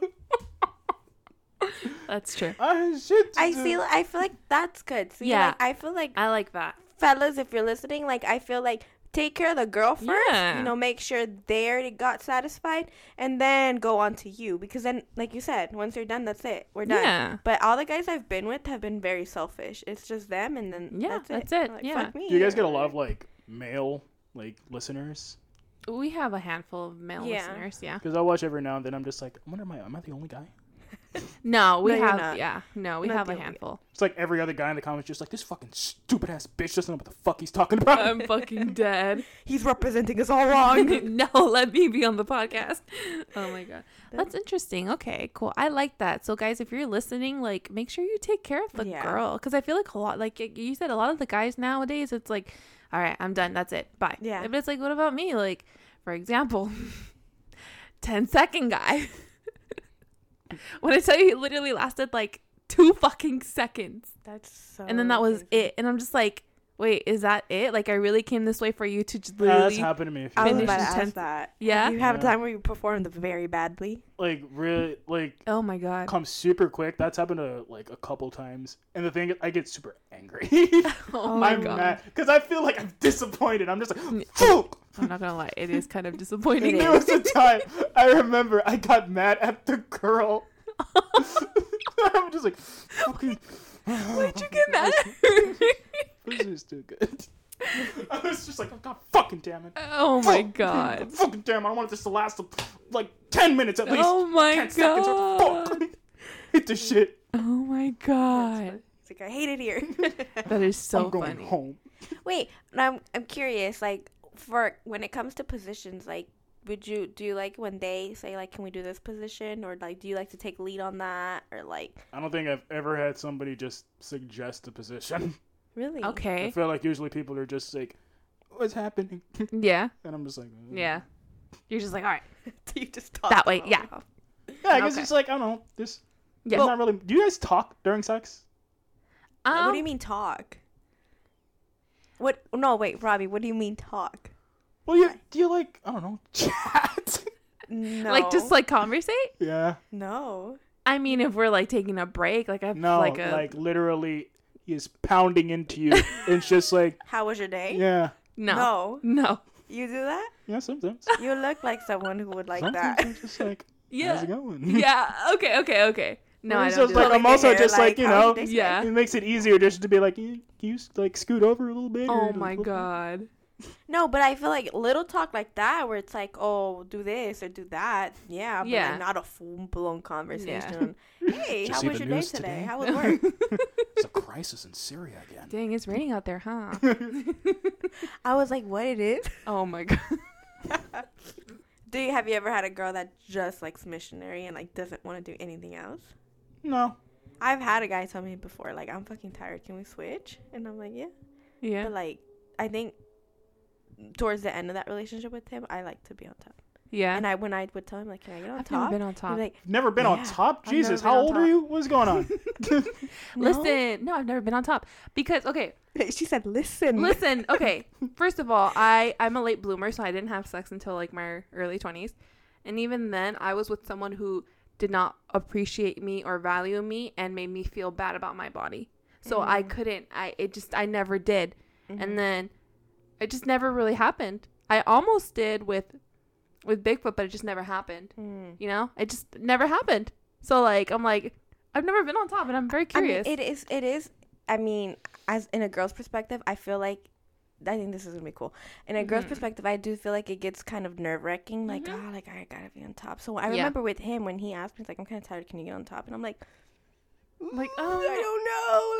Speaker 2: That's true.
Speaker 3: I have shit to
Speaker 1: I
Speaker 3: do.
Speaker 1: feel I feel like that's good. See,
Speaker 2: Yeah.
Speaker 1: like, I feel like
Speaker 2: I like that.
Speaker 1: fellas, if you're listening, like I feel like take care of the girl first.
Speaker 2: Yeah.
Speaker 1: You know, make sure they already got satisfied, and then go on to you. Because then, like you said, once you're done, that's it. We're done.
Speaker 2: Yeah.
Speaker 1: But all the guys I've been with have been very selfish. It's just them, and then
Speaker 2: Yeah,
Speaker 1: that's it.
Speaker 2: that's it.
Speaker 1: Like,
Speaker 2: Yeah.
Speaker 1: Fuck me.
Speaker 3: Do you guys get a lot of like male like listeners?
Speaker 2: We have a handful of male
Speaker 1: Yeah.
Speaker 2: listeners. Yeah.
Speaker 3: Because I watch every now and then. I'm just like, I wonder, am I, am I the only guy?
Speaker 2: No, we
Speaker 1: No, you're
Speaker 2: have.
Speaker 1: not.
Speaker 2: Yeah. No, we
Speaker 1: Not
Speaker 2: have
Speaker 1: the
Speaker 2: a
Speaker 1: only-
Speaker 2: handful.
Speaker 3: It's like every other guy in the comments just like this fucking stupid ass bitch doesn't know what the fuck he's talking about.
Speaker 2: I'm fucking dead.
Speaker 1: He's representing us all wrong.
Speaker 2: Oh, no, let me be on the podcast. Oh my god, that's interesting. Okay, cool. I like that. So, guys, if you're listening, like, make sure you take care of the
Speaker 1: Yeah.
Speaker 2: girl because I feel like a lot, like y- you said, a lot of the guys nowadays, it's like, all right, I'm done. That's it. Bye.
Speaker 1: Yeah.
Speaker 2: But it's like, what about me? Like, for example, 10 second guy. when I tell you, he literally lasted like two fucking seconds
Speaker 1: that's so.
Speaker 2: and then that was
Speaker 1: crazy.
Speaker 2: it. And I'm just like, wait, is that it? Like, I really came this way for you to just
Speaker 3: Yeah, that's
Speaker 2: literally,
Speaker 3: happened to me. A few
Speaker 1: I was
Speaker 3: times.
Speaker 1: about to
Speaker 2: Finish in
Speaker 1: ask
Speaker 2: 10
Speaker 1: that.
Speaker 2: yeah.
Speaker 1: You have
Speaker 3: Yeah.
Speaker 1: a time where you performed very badly.
Speaker 3: Like really, like
Speaker 2: Oh my god.
Speaker 3: come super quick. That's happened to like a couple times. And the thing is, I get super angry.
Speaker 2: Oh my
Speaker 3: I'm
Speaker 2: god.
Speaker 3: because I feel like I'm disappointed. I'm just like, fuck.
Speaker 2: I'm not gonna lie, it is kind of disappointing.
Speaker 3: There was a time I remember I got mad at the girl. I'm just like, fucking.
Speaker 2: Why'd you get mad at her?
Speaker 3: This is too good. I was just like, oh, God fucking damn it.
Speaker 2: oh my god.
Speaker 3: Fucking damn, I don't want this to last like 10 minutes at least.
Speaker 2: Oh my
Speaker 3: 10 seconds.
Speaker 2: god.
Speaker 3: Fuck. Hit the shit.
Speaker 2: Oh my god.
Speaker 1: It's like I hate it here.
Speaker 2: That is so
Speaker 3: I'm going
Speaker 2: funny.
Speaker 3: home.
Speaker 1: Wait, and I'm I'm curious. Like for when it comes to positions, like would you do you like when they say like can we do this position or like do you like to take lead on that or like
Speaker 3: I don't think I've ever had somebody just suggest a position.
Speaker 1: really
Speaker 3: I
Speaker 2: Okay.
Speaker 3: feel like usually people are just like, what's happening?
Speaker 2: Yeah.
Speaker 3: And I'm just like, "Mm."
Speaker 2: Yeah. You're just like, all right.
Speaker 1: Do you just talk
Speaker 2: That
Speaker 1: them
Speaker 2: way,
Speaker 1: all
Speaker 2: yeah.
Speaker 1: off?
Speaker 3: Yeah, I guess
Speaker 2: Okay.
Speaker 3: it's like, I don't know. This.
Speaker 2: Yeah.
Speaker 3: Yeah. not really. Do you guys talk during sex?
Speaker 2: Um,
Speaker 1: what do you mean talk? What? No, wait, Robbie. What do you mean talk?
Speaker 3: Well, you do you like I don't know chat?
Speaker 1: No,
Speaker 2: Like just like conversate?
Speaker 3: yeah.
Speaker 1: no.
Speaker 2: I mean, if we're like taking a break, like I
Speaker 3: No,
Speaker 2: like
Speaker 3: like,
Speaker 2: a
Speaker 3: literally, he is pounding into you. it's just like,
Speaker 1: How was your day?
Speaker 3: yeah,
Speaker 2: no,
Speaker 1: No,
Speaker 2: no,
Speaker 1: you do that.
Speaker 3: yeah. Sometimes,
Speaker 1: You look like someone who would like
Speaker 3: sometimes
Speaker 1: that.
Speaker 3: it's just like, how's
Speaker 2: yeah,
Speaker 3: it going?
Speaker 2: yeah. Okay, okay, okay. No,
Speaker 3: Well,
Speaker 2: I
Speaker 3: it's
Speaker 2: don't.
Speaker 3: just
Speaker 2: Do
Speaker 3: like
Speaker 2: that.
Speaker 1: Like
Speaker 3: I'm
Speaker 1: they
Speaker 3: also
Speaker 1: hear,
Speaker 3: just like,
Speaker 1: like,
Speaker 3: you
Speaker 1: how
Speaker 3: know,
Speaker 1: did they
Speaker 2: Yeah.
Speaker 3: it makes it easier just to be like, "Eh, can you like scoot over a little bit? or
Speaker 2: Oh
Speaker 3: do-
Speaker 2: my god.
Speaker 1: No, but I feel like little talk like that, where it's like, oh, do this or do that. Yeah, but like,
Speaker 2: Yeah.
Speaker 1: not a full blown conversation. Hey,
Speaker 3: Did you
Speaker 1: how
Speaker 3: see
Speaker 1: was
Speaker 3: the
Speaker 1: your day
Speaker 3: news
Speaker 1: today?
Speaker 3: today?
Speaker 1: How was work?
Speaker 3: It's a crisis in Syria again.
Speaker 2: Dang, it's raining out there, huh?
Speaker 1: I was like, what it is?
Speaker 2: oh my god.
Speaker 1: Do you have you ever had a girl that just likes missionary and like doesn't want to do anything else?
Speaker 3: No,
Speaker 1: I've had a guy tell me before, like, I'm fucking tired. Can we switch? And I'm like, yeah.
Speaker 2: Yeah.
Speaker 1: But like, I think towards the end of that relationship with him, I like to be on top.
Speaker 2: Yeah.
Speaker 1: And I when I would tell him like, can I get on
Speaker 2: I've never
Speaker 1: top?
Speaker 2: been on
Speaker 1: He'd
Speaker 2: top.
Speaker 1: be like,
Speaker 3: never been on
Speaker 1: Yeah,
Speaker 3: top.
Speaker 2: I've
Speaker 3: Jesus,
Speaker 2: never been
Speaker 3: how
Speaker 2: on
Speaker 3: old are
Speaker 2: top.
Speaker 3: you? What's going on?
Speaker 2: Listen, no, I've never been on top because okay,
Speaker 1: "No." she said, listen.
Speaker 2: listen, okay. First of all, I I'm a late bloomer, so I didn't have sex until like my early 20s. And even then, I was with someone who did not appreciate me or value me and made me feel bad about my body. So
Speaker 1: Mm.
Speaker 2: I couldn't I it just I never did.
Speaker 1: Mm-hmm.
Speaker 2: And then it just never really happened. I almost did with with Bigfoot, but it just never happened.
Speaker 1: Mm.
Speaker 2: You know? It just never happened. So like I'm like I've never been on top, and I'm very
Speaker 1: I mean,
Speaker 2: curious.
Speaker 1: it is. It is. I mean, as in a girl's perspective, I feel like I think this is gonna be cool. In a
Speaker 2: Mm-hmm.
Speaker 1: girl's perspective, I do feel like it gets kind of nerve wracking. Like,
Speaker 2: Mhm.
Speaker 1: oh, like I gotta be on top. So I
Speaker 2: Yeah.
Speaker 1: remember with him when he asked me, he's like, I'm kind of tired. Can you get on top? And I'm like,
Speaker 2: Like,
Speaker 1: "Ooh,
Speaker 2: oh,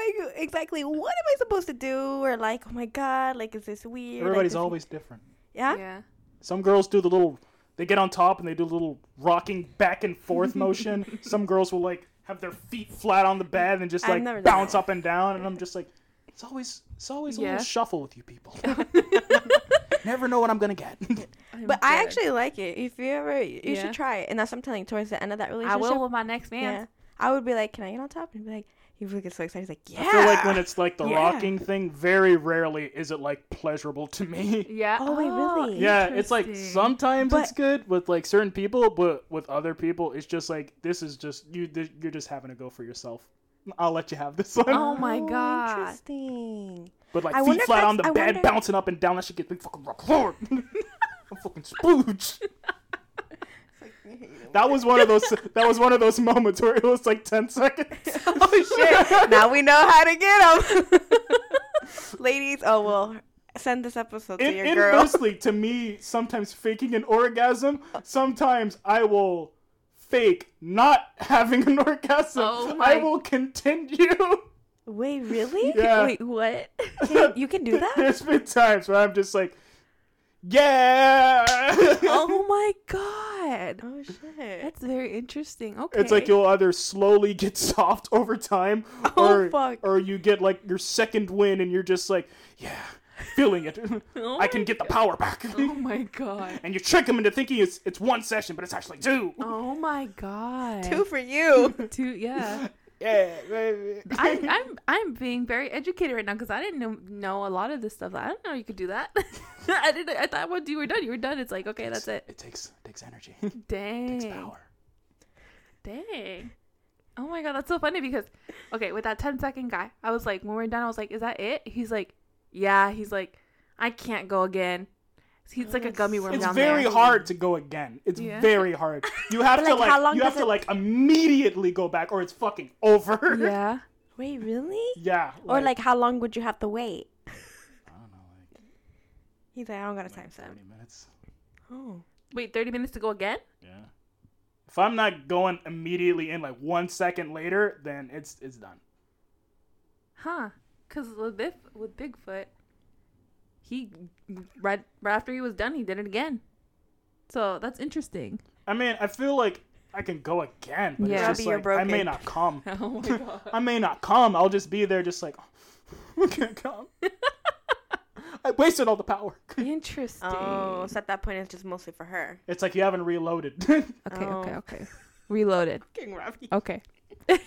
Speaker 1: I don't know. Like, exactly what am I supposed to do? Or like, oh my god, like is this weird? Like,
Speaker 3: Everybody's
Speaker 1: this-
Speaker 3: always different.
Speaker 1: yeah.
Speaker 2: yeah.
Speaker 3: Some girls do the little, they get on top and they do a little rocking back and forth motion. Some girls will like have their feet flat on the bed and just
Speaker 1: I've
Speaker 3: like
Speaker 1: never done
Speaker 3: bounce
Speaker 1: that.
Speaker 3: up and down. And I'm just like, it's always, it's always a
Speaker 2: Yeah.
Speaker 3: little shuffle with you people. Never know what I'm gonna get.
Speaker 1: But I actually like it. If you ever, you
Speaker 2: Yeah.
Speaker 1: should try it. And that's what I'm telling you. Towards the end of that
Speaker 2: I
Speaker 1: relationship,
Speaker 2: will with my next
Speaker 1: Yeah.
Speaker 2: man.
Speaker 1: I would be like, can I get on top? And he'd be like, he would get so excited. He's like, yeah.
Speaker 3: I feel like when it's like the
Speaker 1: Yeah.
Speaker 3: rocking thing, very rarely is it like pleasurable to me.
Speaker 2: Yeah.
Speaker 1: Oh, wait, really?
Speaker 3: Yeah, it's like
Speaker 2: interesting.
Speaker 3: sometimes it's
Speaker 1: But-
Speaker 3: good with like certain people, but with other people, it's just like this is just you. Th- you're just having to go for yourself. I'll let you have this one.
Speaker 2: Oh my god.
Speaker 1: Interesting.
Speaker 3: but like
Speaker 1: Um, I
Speaker 3: feet
Speaker 1: wonder if
Speaker 3: flat
Speaker 1: that's-
Speaker 3: on the
Speaker 1: I
Speaker 3: bed,
Speaker 1: wonder-
Speaker 3: bouncing up and down. That shit gets me fucking rock hard. I'm fucking spooge. That was one of those. That was one of those moments where it was like ten seconds.
Speaker 1: oh shit! now we know how to get them, ladies. Oh well, send this episode to
Speaker 3: In,
Speaker 1: your girl.
Speaker 3: inversely to me, sometimes faking an orgasm. Sometimes I will fake not having an orgasm.
Speaker 2: Oh my-
Speaker 3: I will continue.
Speaker 1: Wait, really?
Speaker 3: Yeah.
Speaker 1: Wait, what? Can- you can do that?
Speaker 3: There's been times where I'm just like, yeah.
Speaker 2: oh my god.
Speaker 1: Oh shit!
Speaker 2: That's very interesting. Okay.
Speaker 3: It's like you'll either slowly get soft over time,
Speaker 1: Oh,
Speaker 3: or
Speaker 1: fuck.
Speaker 3: or you get like your second win, and you're just like, yeah, feeling it.
Speaker 2: Oh
Speaker 3: I can get the power back.
Speaker 2: Oh my god.
Speaker 3: And you trick them into thinking it's it's one session, but it's actually two.
Speaker 2: Oh my god.
Speaker 1: Two for you.
Speaker 2: Two. Yeah.
Speaker 3: Yeah, baby.
Speaker 2: I, I'm I'm being very educated right now because I didn't know, know a lot of this stuff. I didn't know you could do that. I didn't. I thought once you were done, you were done. It's like okay, that's it.
Speaker 3: It takes it takes energy.
Speaker 2: Dang.
Speaker 3: It's power.
Speaker 2: Dang. Oh my god, that's so funny because okay, with that 10 second guy, I was like, when we're done, I was like, is that it? He's like, yeah. He's like, I can't go again. He's like a gummy worm
Speaker 3: It's
Speaker 2: down
Speaker 3: very
Speaker 2: there.
Speaker 3: hard to go again. It's
Speaker 2: Yeah.
Speaker 3: very hard. You have
Speaker 1: But,
Speaker 3: to
Speaker 1: like,
Speaker 3: like
Speaker 1: how long
Speaker 3: you have
Speaker 1: does
Speaker 3: to
Speaker 1: it-
Speaker 3: like immediately go back or it's fucking over.
Speaker 2: Yeah.
Speaker 1: Wait, really?
Speaker 3: Yeah,
Speaker 1: Or like, how long would you have to wait?
Speaker 3: I don't know,
Speaker 1: He's like, I don't got a
Speaker 3: like,
Speaker 1: time stamp.
Speaker 3: minutes.
Speaker 1: Oh.
Speaker 2: Wait, 30 minutes to go again?
Speaker 3: Yeah. If I'm not going immediately in like one second later, then it's it's done.
Speaker 2: Huh. Because with, Bif- with Bigfoot, he, right, right after he was done, he did it again. So that's interesting.
Speaker 3: I mean, I feel like I can go again, but
Speaker 2: Yeah.
Speaker 3: it's
Speaker 1: Robbie,
Speaker 3: just
Speaker 1: you're
Speaker 3: like, I may
Speaker 1: broken.
Speaker 3: not come.
Speaker 2: Oh my god.
Speaker 3: I may not come. I'll just be there, just like I can't come. I wasted all the power.
Speaker 2: interesting.
Speaker 1: Oh, so at that point, it's just mostly for her.
Speaker 3: It's like you haven't reloaded.
Speaker 2: okay,
Speaker 1: Oh.
Speaker 2: okay, okay. Reloaded.
Speaker 1: King Robbie.
Speaker 2: Okay.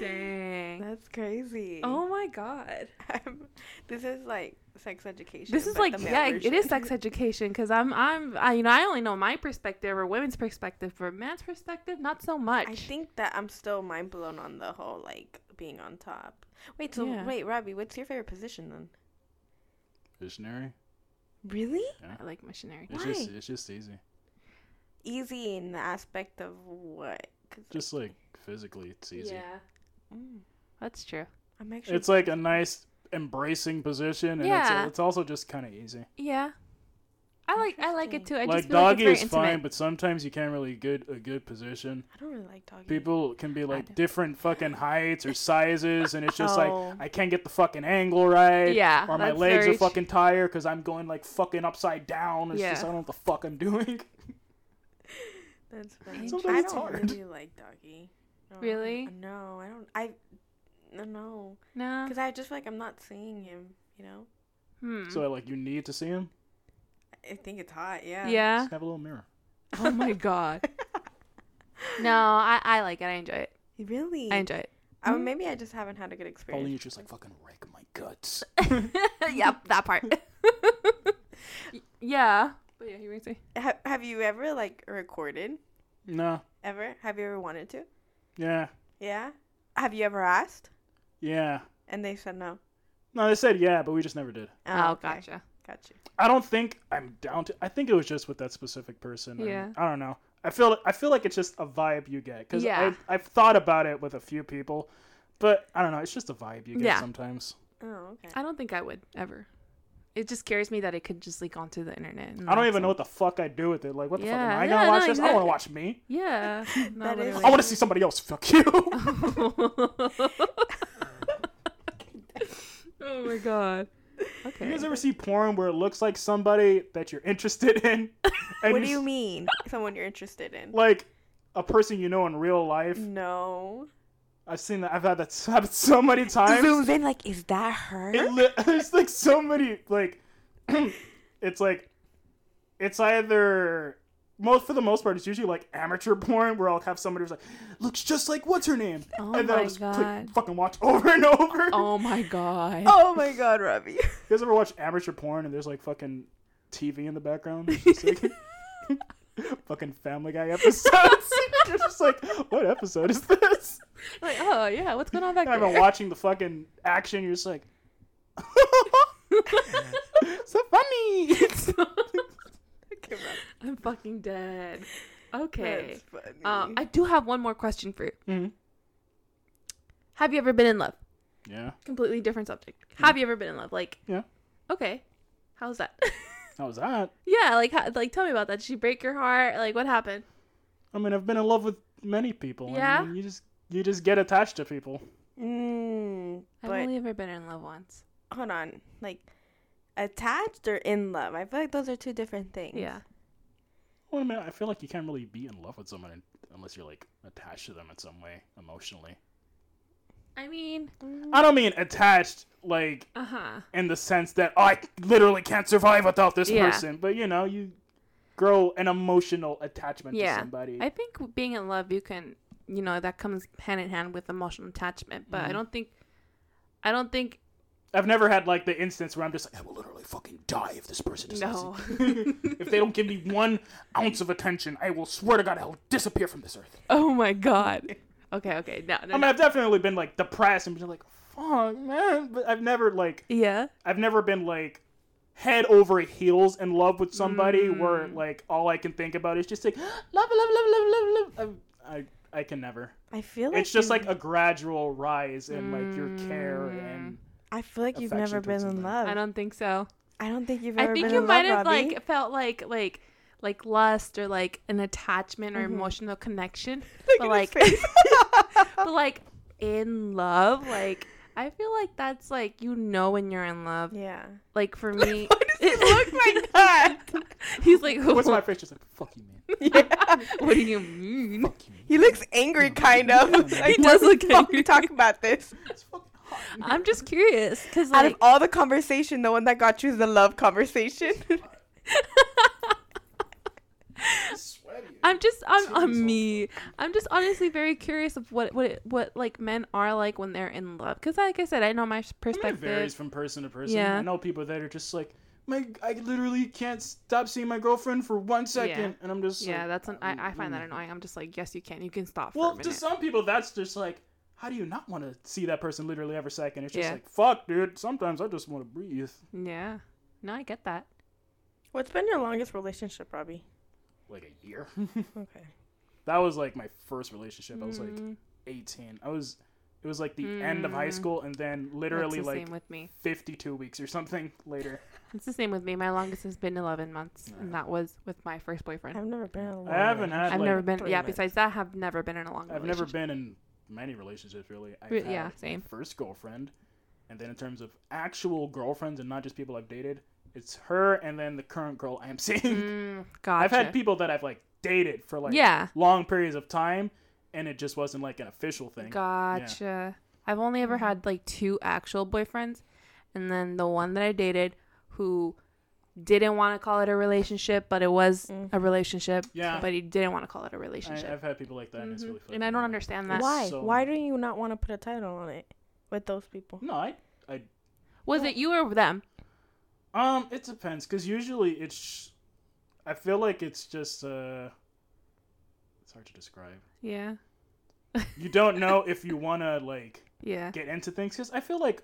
Speaker 2: Dang.
Speaker 1: Oh, That's crazy.
Speaker 2: Oh my god.
Speaker 1: I'm- this is like sex education.
Speaker 2: This is
Speaker 1: but
Speaker 2: like
Speaker 1: the male
Speaker 2: yeah, it is
Speaker 1: version.
Speaker 2: sex education because I'm I'm I you know I only know my perspective or women's perspective. For man's perspective, not so much.
Speaker 1: I think that I'm still mind blown on the whole like being on top. Wait, so
Speaker 2: Yeah.
Speaker 1: wait, Robbie, what's your favorite position then?
Speaker 3: Visionary.
Speaker 1: Really?
Speaker 2: I like missionary.
Speaker 1: It's just- Why?
Speaker 3: it's just easy.
Speaker 1: Easy in the aspect of what? 'Cause, like,
Speaker 3: Just like physically, it's
Speaker 2: Yeah,
Speaker 1: mm,
Speaker 2: that's true.
Speaker 1: I'm actually.
Speaker 3: It's like a nice embracing position, and
Speaker 2: Yeah.
Speaker 3: it's, it's also just kind of easy.
Speaker 2: Yeah, I like I like it too. I
Speaker 3: like
Speaker 2: just feel like
Speaker 3: doggy
Speaker 2: it's very
Speaker 3: is
Speaker 2: intimate.
Speaker 3: fine, but sometimes you can't really get a good position.
Speaker 1: I don't really like doggy.
Speaker 3: People can be
Speaker 2: do.
Speaker 3: like different fucking heights or sizes, and it's just
Speaker 1: Oh.
Speaker 3: like I can't get the fucking angle right.
Speaker 2: Yeah,
Speaker 3: or my
Speaker 2: that's
Speaker 3: legs are
Speaker 2: very tr-
Speaker 3: fucking tired because I'm going like fucking upside down. It's
Speaker 2: Yeah.
Speaker 3: just I don't know what the fuck I'm doing.
Speaker 1: That's funny.
Speaker 3: Sometimes
Speaker 1: I
Speaker 3: it's
Speaker 1: don't
Speaker 3: hard.
Speaker 1: really like doggy. No, I don't-
Speaker 2: Really?
Speaker 1: No, I don't. I no, no,
Speaker 2: no.
Speaker 1: because I just feel like I'm not seeing him. You know,
Speaker 2: Hmm.
Speaker 3: So like you need to see him.
Speaker 1: I think it's hot. Yeah.
Speaker 2: yeah.
Speaker 3: Just have a little mirror.
Speaker 2: oh my god. No, I I like it. I enjoy it.
Speaker 1: Really?
Speaker 2: I enjoy it.
Speaker 1: Oh, maybe I just haven't had a good
Speaker 3: If
Speaker 1: experience.
Speaker 3: Only you just like fucking rake my guts.
Speaker 2: yep, that part. yeah. But yeah, you were saying.
Speaker 1: Ha- have you ever like recorded?
Speaker 3: no.
Speaker 1: Ever? Have you ever wanted to?
Speaker 3: Yeah.
Speaker 1: Yeah. Have you ever asked?
Speaker 3: Yeah.
Speaker 1: And they said no.
Speaker 3: No, they said yeah, but we just never did.
Speaker 2: Oh,
Speaker 1: okay.
Speaker 2: gotcha.
Speaker 1: Got you.
Speaker 3: I don't think I'm down to. I think it was just with that specific person. and
Speaker 2: Yeah.
Speaker 3: I don't know. I feel I feel like it's just a vibe you get because
Speaker 2: Yeah.
Speaker 3: I've thought about it with a few people, but I don't know. It's just a vibe you get
Speaker 2: Yeah.
Speaker 3: sometimes.
Speaker 4: Oh, okay.
Speaker 2: I don't think I would ever. It just scares me that it could just leak onto the internet. and
Speaker 3: I don't
Speaker 2: that's
Speaker 3: even know
Speaker 2: all.
Speaker 3: what the fuck I do with it. Like, what the fuck
Speaker 2: Yeah,
Speaker 3: am I
Speaker 2: yeah,
Speaker 3: gonna
Speaker 2: no,
Speaker 3: watch this? I don't want to
Speaker 2: exactly.
Speaker 3: watch me.
Speaker 2: Yeah,
Speaker 4: That is-
Speaker 3: I want to see somebody else. Fuck you.
Speaker 2: oh my god. Okay.
Speaker 3: you guys ever see porn where it looks like somebody that you're interested in? And
Speaker 1: what do you
Speaker 3: s-
Speaker 1: mean? Someone you're interested in?
Speaker 3: Like a person you know in real life.
Speaker 2: Mm.
Speaker 1: No.
Speaker 3: I've seen that. I've had that, s- had so many times.
Speaker 1: Zooms in like, is that her?
Speaker 3: It li- there's like so many like it's like it's either most for the most part it's usually like amateur porn where I'll have somebody who's like looks just like what's her name
Speaker 2: Oh
Speaker 3: and then I'll
Speaker 2: my
Speaker 3: just click,
Speaker 2: God.
Speaker 3: fucking watch over and over.
Speaker 2: oh my god.
Speaker 1: oh my god, Robbie.
Speaker 3: You guys ever watch amateur porn and there's like fucking TV in the background? It's just, like, fucking Family Guy episodes. You're just like what episode is this?
Speaker 2: Like, oh yeah, what's going on back
Speaker 3: And I've been
Speaker 2: there?
Speaker 3: watching the fucking action. You're just like. so funny.
Speaker 2: I'm fucking dead. Okay.
Speaker 1: That's funny.
Speaker 2: Um, I do have one more question for you.
Speaker 3: Mhm.
Speaker 2: Have you ever been in love?
Speaker 3: Yeah,
Speaker 2: Completely different subject. Have you ever been in love? Like,
Speaker 3: Yeah.
Speaker 2: Okay. How's that?
Speaker 3: how was that?
Speaker 2: yeah, like, how, like, tell me about that. Did she break your heart? Like, what happened?
Speaker 3: I mean, I've been in love with many people. and
Speaker 2: Yeah?
Speaker 3: you just you just get attached to people.
Speaker 1: Mm,
Speaker 2: I've
Speaker 1: but
Speaker 2: only ever been in love once.
Speaker 1: hold on, like attached or in love? I feel like those are two different things.
Speaker 2: Yeah.
Speaker 3: Well, I mean, I feel like you can't really be in love with someone unless you're like attached to them in some way emotionally.
Speaker 2: I mean,
Speaker 3: I don't mean attached like
Speaker 2: uh huh.
Speaker 3: in the sense that oh, I literally can't survive without this
Speaker 2: Yeah.
Speaker 3: person, but you know, you grow an emotional attachment
Speaker 2: Yeah.
Speaker 3: to somebody.
Speaker 2: I think being in love, you can, you know, that comes hand in hand with emotional attachment. But I don't think, I don't think,
Speaker 3: I've never had like the instance where I'm just like, I will literally fucking die if this person does
Speaker 2: no.
Speaker 3: if they don't give me one ounce of attention, I will swear to God I'll disappear from this earth.
Speaker 2: oh my god. Okay, okay, no, no,
Speaker 3: I mean,
Speaker 2: no.
Speaker 3: I've definitely been like depressed and been like, "Fuck, man," but I've never like,
Speaker 2: yeah.
Speaker 3: I've never been like head over heels in love with somebody
Speaker 2: Mm.
Speaker 3: where like all I can think about is just like love, love, love, love, love, love. I, I, I can never.
Speaker 1: I feel like
Speaker 3: It's just
Speaker 1: you-
Speaker 3: like a gradual rise in like your care
Speaker 2: Mm.
Speaker 3: and
Speaker 1: I feel like you've
Speaker 3: affection
Speaker 1: never
Speaker 3: towards
Speaker 1: been in
Speaker 3: somebody.
Speaker 1: love.
Speaker 2: I
Speaker 1: I don't,
Speaker 2: don't think so.
Speaker 1: think you've
Speaker 2: I
Speaker 1: ever
Speaker 2: think
Speaker 1: been
Speaker 2: you
Speaker 1: in
Speaker 2: might
Speaker 1: love,
Speaker 2: have
Speaker 1: Robbie.
Speaker 2: like felt like like like lust or like an attachment
Speaker 1: Mm-hmm.
Speaker 2: or emotional connection, but like but like in love, like I feel like that's like you know when you're in love.
Speaker 1: yeah.
Speaker 2: Like for me,
Speaker 1: It looked like that.
Speaker 2: he's like,
Speaker 3: what's my
Speaker 2: what,
Speaker 3: face? Just like fuck you, man.
Speaker 2: what do you mean?
Speaker 3: Fuck you, man.
Speaker 1: He looks angry, kind of. like,
Speaker 2: He does
Speaker 1: what
Speaker 2: look
Speaker 1: the fuck
Speaker 2: angry.
Speaker 1: we talk about this.
Speaker 3: It's fucking hot.
Speaker 2: I'm just curious because
Speaker 1: Out
Speaker 2: like
Speaker 1: of all the conversation, the one that got you is the love conversation.
Speaker 3: It's sweaty.
Speaker 2: I'm just I'm
Speaker 3: Titties all
Speaker 2: on me. I'm just honestly very curious of what what it, what like men are like when they're in love because like I said, I know my s-
Speaker 3: I mean, it varies
Speaker 2: perspective.
Speaker 3: from person to person.
Speaker 2: Yeah.
Speaker 3: I know people that are just like, my, I literally can't stop seeing my girlfriend for one second,
Speaker 2: Yeah.
Speaker 3: and I'm just
Speaker 2: Yeah,
Speaker 3: like,
Speaker 2: that's an, I I find that
Speaker 3: mm.
Speaker 2: annoying. I'm just like, yes, you can. You can stop. for a
Speaker 3: Well, to
Speaker 2: minute.
Speaker 3: some people, that's just uh, like, how do you not want to see that person literally every second? It's just
Speaker 2: Yeah.
Speaker 3: like, fuck, dude. Sometimes I just want to breathe.
Speaker 2: Yeah. No, I get that.
Speaker 1: What's been your longest relationship, Robbie?
Speaker 3: Like a year.
Speaker 1: Okay.
Speaker 3: that was like my first relationship. I was like
Speaker 2: Mm,
Speaker 3: 18. I was, it was like the end of high
Speaker 2: Mm.
Speaker 3: school, and then literally
Speaker 2: that's the
Speaker 3: like
Speaker 2: same with me.
Speaker 3: 52 weeks or something later.
Speaker 2: It's the same with me. My longest has been 11 months, and that was with my first boyfriend.
Speaker 1: I've never been in a love.
Speaker 3: I haven't had.
Speaker 2: I've
Speaker 3: like,
Speaker 2: never been.
Speaker 1: three
Speaker 2: Yeah.
Speaker 1: months.
Speaker 2: Besides that, have never been in a long.
Speaker 3: I've never been in many relationships really. I've
Speaker 2: Re- yeah,
Speaker 3: had
Speaker 2: same.
Speaker 3: my First girlfriend, and then in terms of actual girlfriends and not just people I've dated, it's her and then the current girl I'm seeing.
Speaker 2: Mm, gotcha.
Speaker 3: I've had people that I've like dated for like
Speaker 2: Yeah.
Speaker 3: long periods of time, and it just wasn't like an official thing.
Speaker 2: Gotcha. I've only
Speaker 3: Mm-hmm.
Speaker 2: ever had like two actual boyfriends, and then the one that I dated who didn't want to call it a relationship, but it was a relationship.
Speaker 3: Mm. Yeah.
Speaker 2: But he didn't want to call it a
Speaker 3: I,
Speaker 2: relationship.
Speaker 3: I've had people like that, and it's
Speaker 2: Mhm. and
Speaker 3: really.
Speaker 2: I
Speaker 3: fucking
Speaker 2: don't
Speaker 3: annoying.
Speaker 2: understand that.
Speaker 3: It's
Speaker 1: Why?
Speaker 3: so-
Speaker 1: Why do you not want to put a title on it with those people?
Speaker 3: No, I, I,
Speaker 2: Was it you or them?
Speaker 3: um, it depends because usually it's, I feel like it's just uh, it's hard to describe.
Speaker 2: Yeah.
Speaker 3: You don't know if you wanna like
Speaker 2: Yeah.
Speaker 3: get into things because I feel like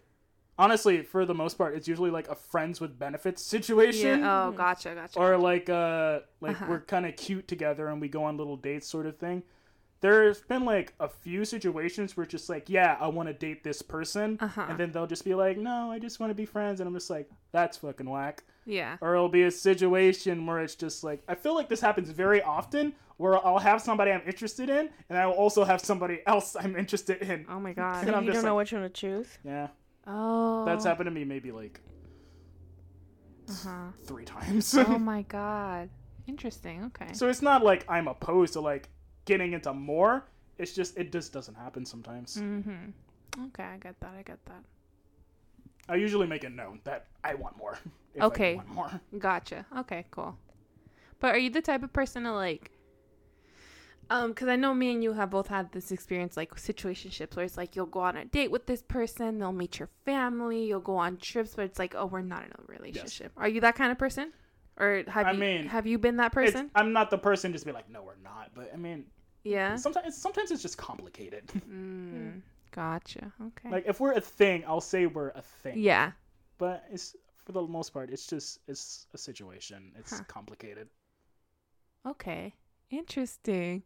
Speaker 3: honestly, for the most part, it's usually like a friends with benefits situation.
Speaker 2: Yeah. Oh, gotcha, gotcha.
Speaker 3: or like uh like
Speaker 2: Uh-huh.
Speaker 3: we're kind of cute together and we go on little dates sort of thing there's been like a few situations where it's just like yeah i want to date this person
Speaker 2: Uh-huh.
Speaker 3: and then they'll just be like no i just want to be friends and i'm just like that's fucking whack
Speaker 2: yeah.
Speaker 3: or it'll be a situation where it's just like i feel like this happens very often where i'll have somebody i'm interested in and i will also have somebody else i'm interested in
Speaker 2: Oh my
Speaker 1: So
Speaker 2: god.
Speaker 3: And I'm
Speaker 1: you don't
Speaker 3: just
Speaker 1: know
Speaker 3: like-
Speaker 1: which one to choose.
Speaker 3: yeah
Speaker 2: Oh.
Speaker 3: that's happened to me maybe like
Speaker 2: Uh-huh.
Speaker 3: three times
Speaker 2: oh my god. Interesting. Okay.
Speaker 3: So it's not like I'm opposed to like getting into more. It's just it just doesn't happen sometimes.
Speaker 2: Mhm. Okay, I get that. I get that.
Speaker 3: I usually make it known that I want more. if
Speaker 2: Okay.
Speaker 3: I want more.
Speaker 2: Gotcha. Okay, cool. But are you the type of person to like um cuz I know me and you have both had this experience like situationships where it's like you'll go on a date with this person, they'll meet your family, you'll go on trips, but it's like oh, we're not in a relationship. Are you that kind of person? Or have
Speaker 3: I
Speaker 2: you
Speaker 3: mean,
Speaker 2: have you been that
Speaker 3: It's-
Speaker 2: person?
Speaker 3: I'm not the person to just be like, no, we're not. But I mean,
Speaker 2: Yeah.
Speaker 3: sometimes sometimes it's just complicated.
Speaker 2: Mm, gotcha. Okay.
Speaker 3: like if we're a thing, I'll say we're a thing.
Speaker 2: yeah.
Speaker 3: But it's for the most part, it's just it's a situation. It's
Speaker 2: Huh.
Speaker 3: complicated.
Speaker 2: Okay. Interesting.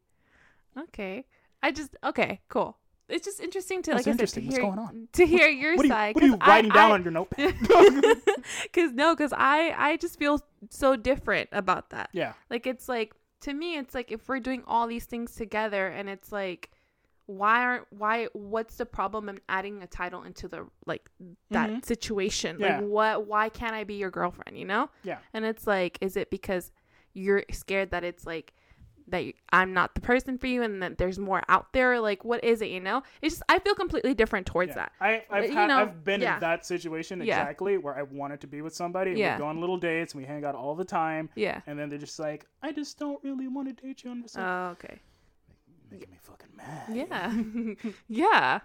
Speaker 2: Okay. I just okay, cool. It's just interesting to
Speaker 3: No,
Speaker 2: like
Speaker 3: it's
Speaker 2: I said,
Speaker 3: interesting.
Speaker 2: to
Speaker 3: What's
Speaker 2: hear,
Speaker 3: going on?
Speaker 2: to hear your
Speaker 3: what are you,
Speaker 2: side.
Speaker 3: what are you
Speaker 2: 'cause I-
Speaker 3: writing down
Speaker 2: I-
Speaker 3: on your notepad?
Speaker 2: because no because i i just feel so different about that
Speaker 3: yeah.
Speaker 2: like it's like to me it's like if we're doing all these things together and it's like why aren't why what's the problem in adding a title into the like that
Speaker 3: Mhm.
Speaker 2: situation
Speaker 3: Yeah.
Speaker 2: like what why can't i be your girlfriend you know
Speaker 3: Yeah.
Speaker 2: and it's like is it because you're scared that it's like that you- i'm not the person for you and that there's more out there like what is it you know it's just i feel completely different towards
Speaker 3: Yeah.
Speaker 2: that
Speaker 3: I, I've,
Speaker 2: You
Speaker 3: had,
Speaker 2: know,
Speaker 3: I've been
Speaker 2: yeah.
Speaker 3: in that situation
Speaker 2: Yeah.
Speaker 3: exactly where I wanted to be with somebody. and
Speaker 2: Yeah.
Speaker 3: We go on little dates and we hang out all the time.
Speaker 2: yeah
Speaker 3: And then they're just like, I just don't really want to date you. And I'm just like,
Speaker 2: oh, okay
Speaker 3: making me fucking mad.
Speaker 2: Yeah. yeah.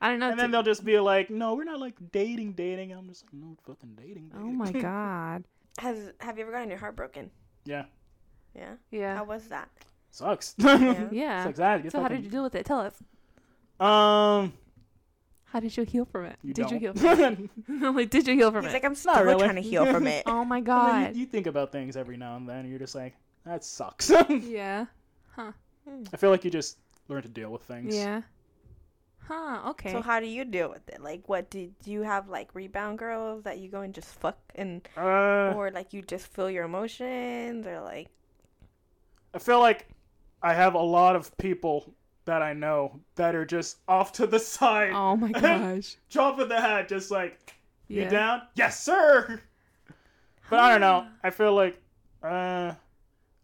Speaker 2: I don't know.
Speaker 3: And then
Speaker 2: it's-
Speaker 3: they'll just be like, no, we're not like dating, dating. And I'm just like, no, we're fucking dating,
Speaker 2: oh
Speaker 3: dating.
Speaker 2: my god.
Speaker 1: Has have you ever gotten your heart broken?
Speaker 3: yeah.
Speaker 1: Yeah.
Speaker 2: Yeah.
Speaker 1: How was that?
Speaker 3: Sucks.
Speaker 2: yeah.
Speaker 3: Sucks that.
Speaker 2: so how did you deal with it? Tell us.
Speaker 3: you? Um,
Speaker 2: How did you heal from it?
Speaker 3: you
Speaker 2: did
Speaker 3: don't.
Speaker 2: you heal? From it? I'm like, did you heal from
Speaker 1: He's
Speaker 2: it?
Speaker 1: like, I'm still
Speaker 3: really.
Speaker 1: trying to heal from it.
Speaker 2: oh my
Speaker 3: And then
Speaker 2: god.
Speaker 3: you, you think about things every now and then. And you're just like, that sucks.
Speaker 2: yeah.
Speaker 3: I feel like you just learn to deal with things.
Speaker 2: Yeah. Huh. Okay.
Speaker 1: So how do you deal with it? Like, what did do you have like rebound girls that you go and just fuck and
Speaker 3: Uh,
Speaker 1: or like you just feel your emotions or like
Speaker 3: I feel like I have a lot of people that I know that are just off to the side,
Speaker 2: oh my gosh.
Speaker 3: drop of the hat, just like, you
Speaker 2: Yeah.
Speaker 3: down? Yes, sir! But I don't know. I feel like, uh,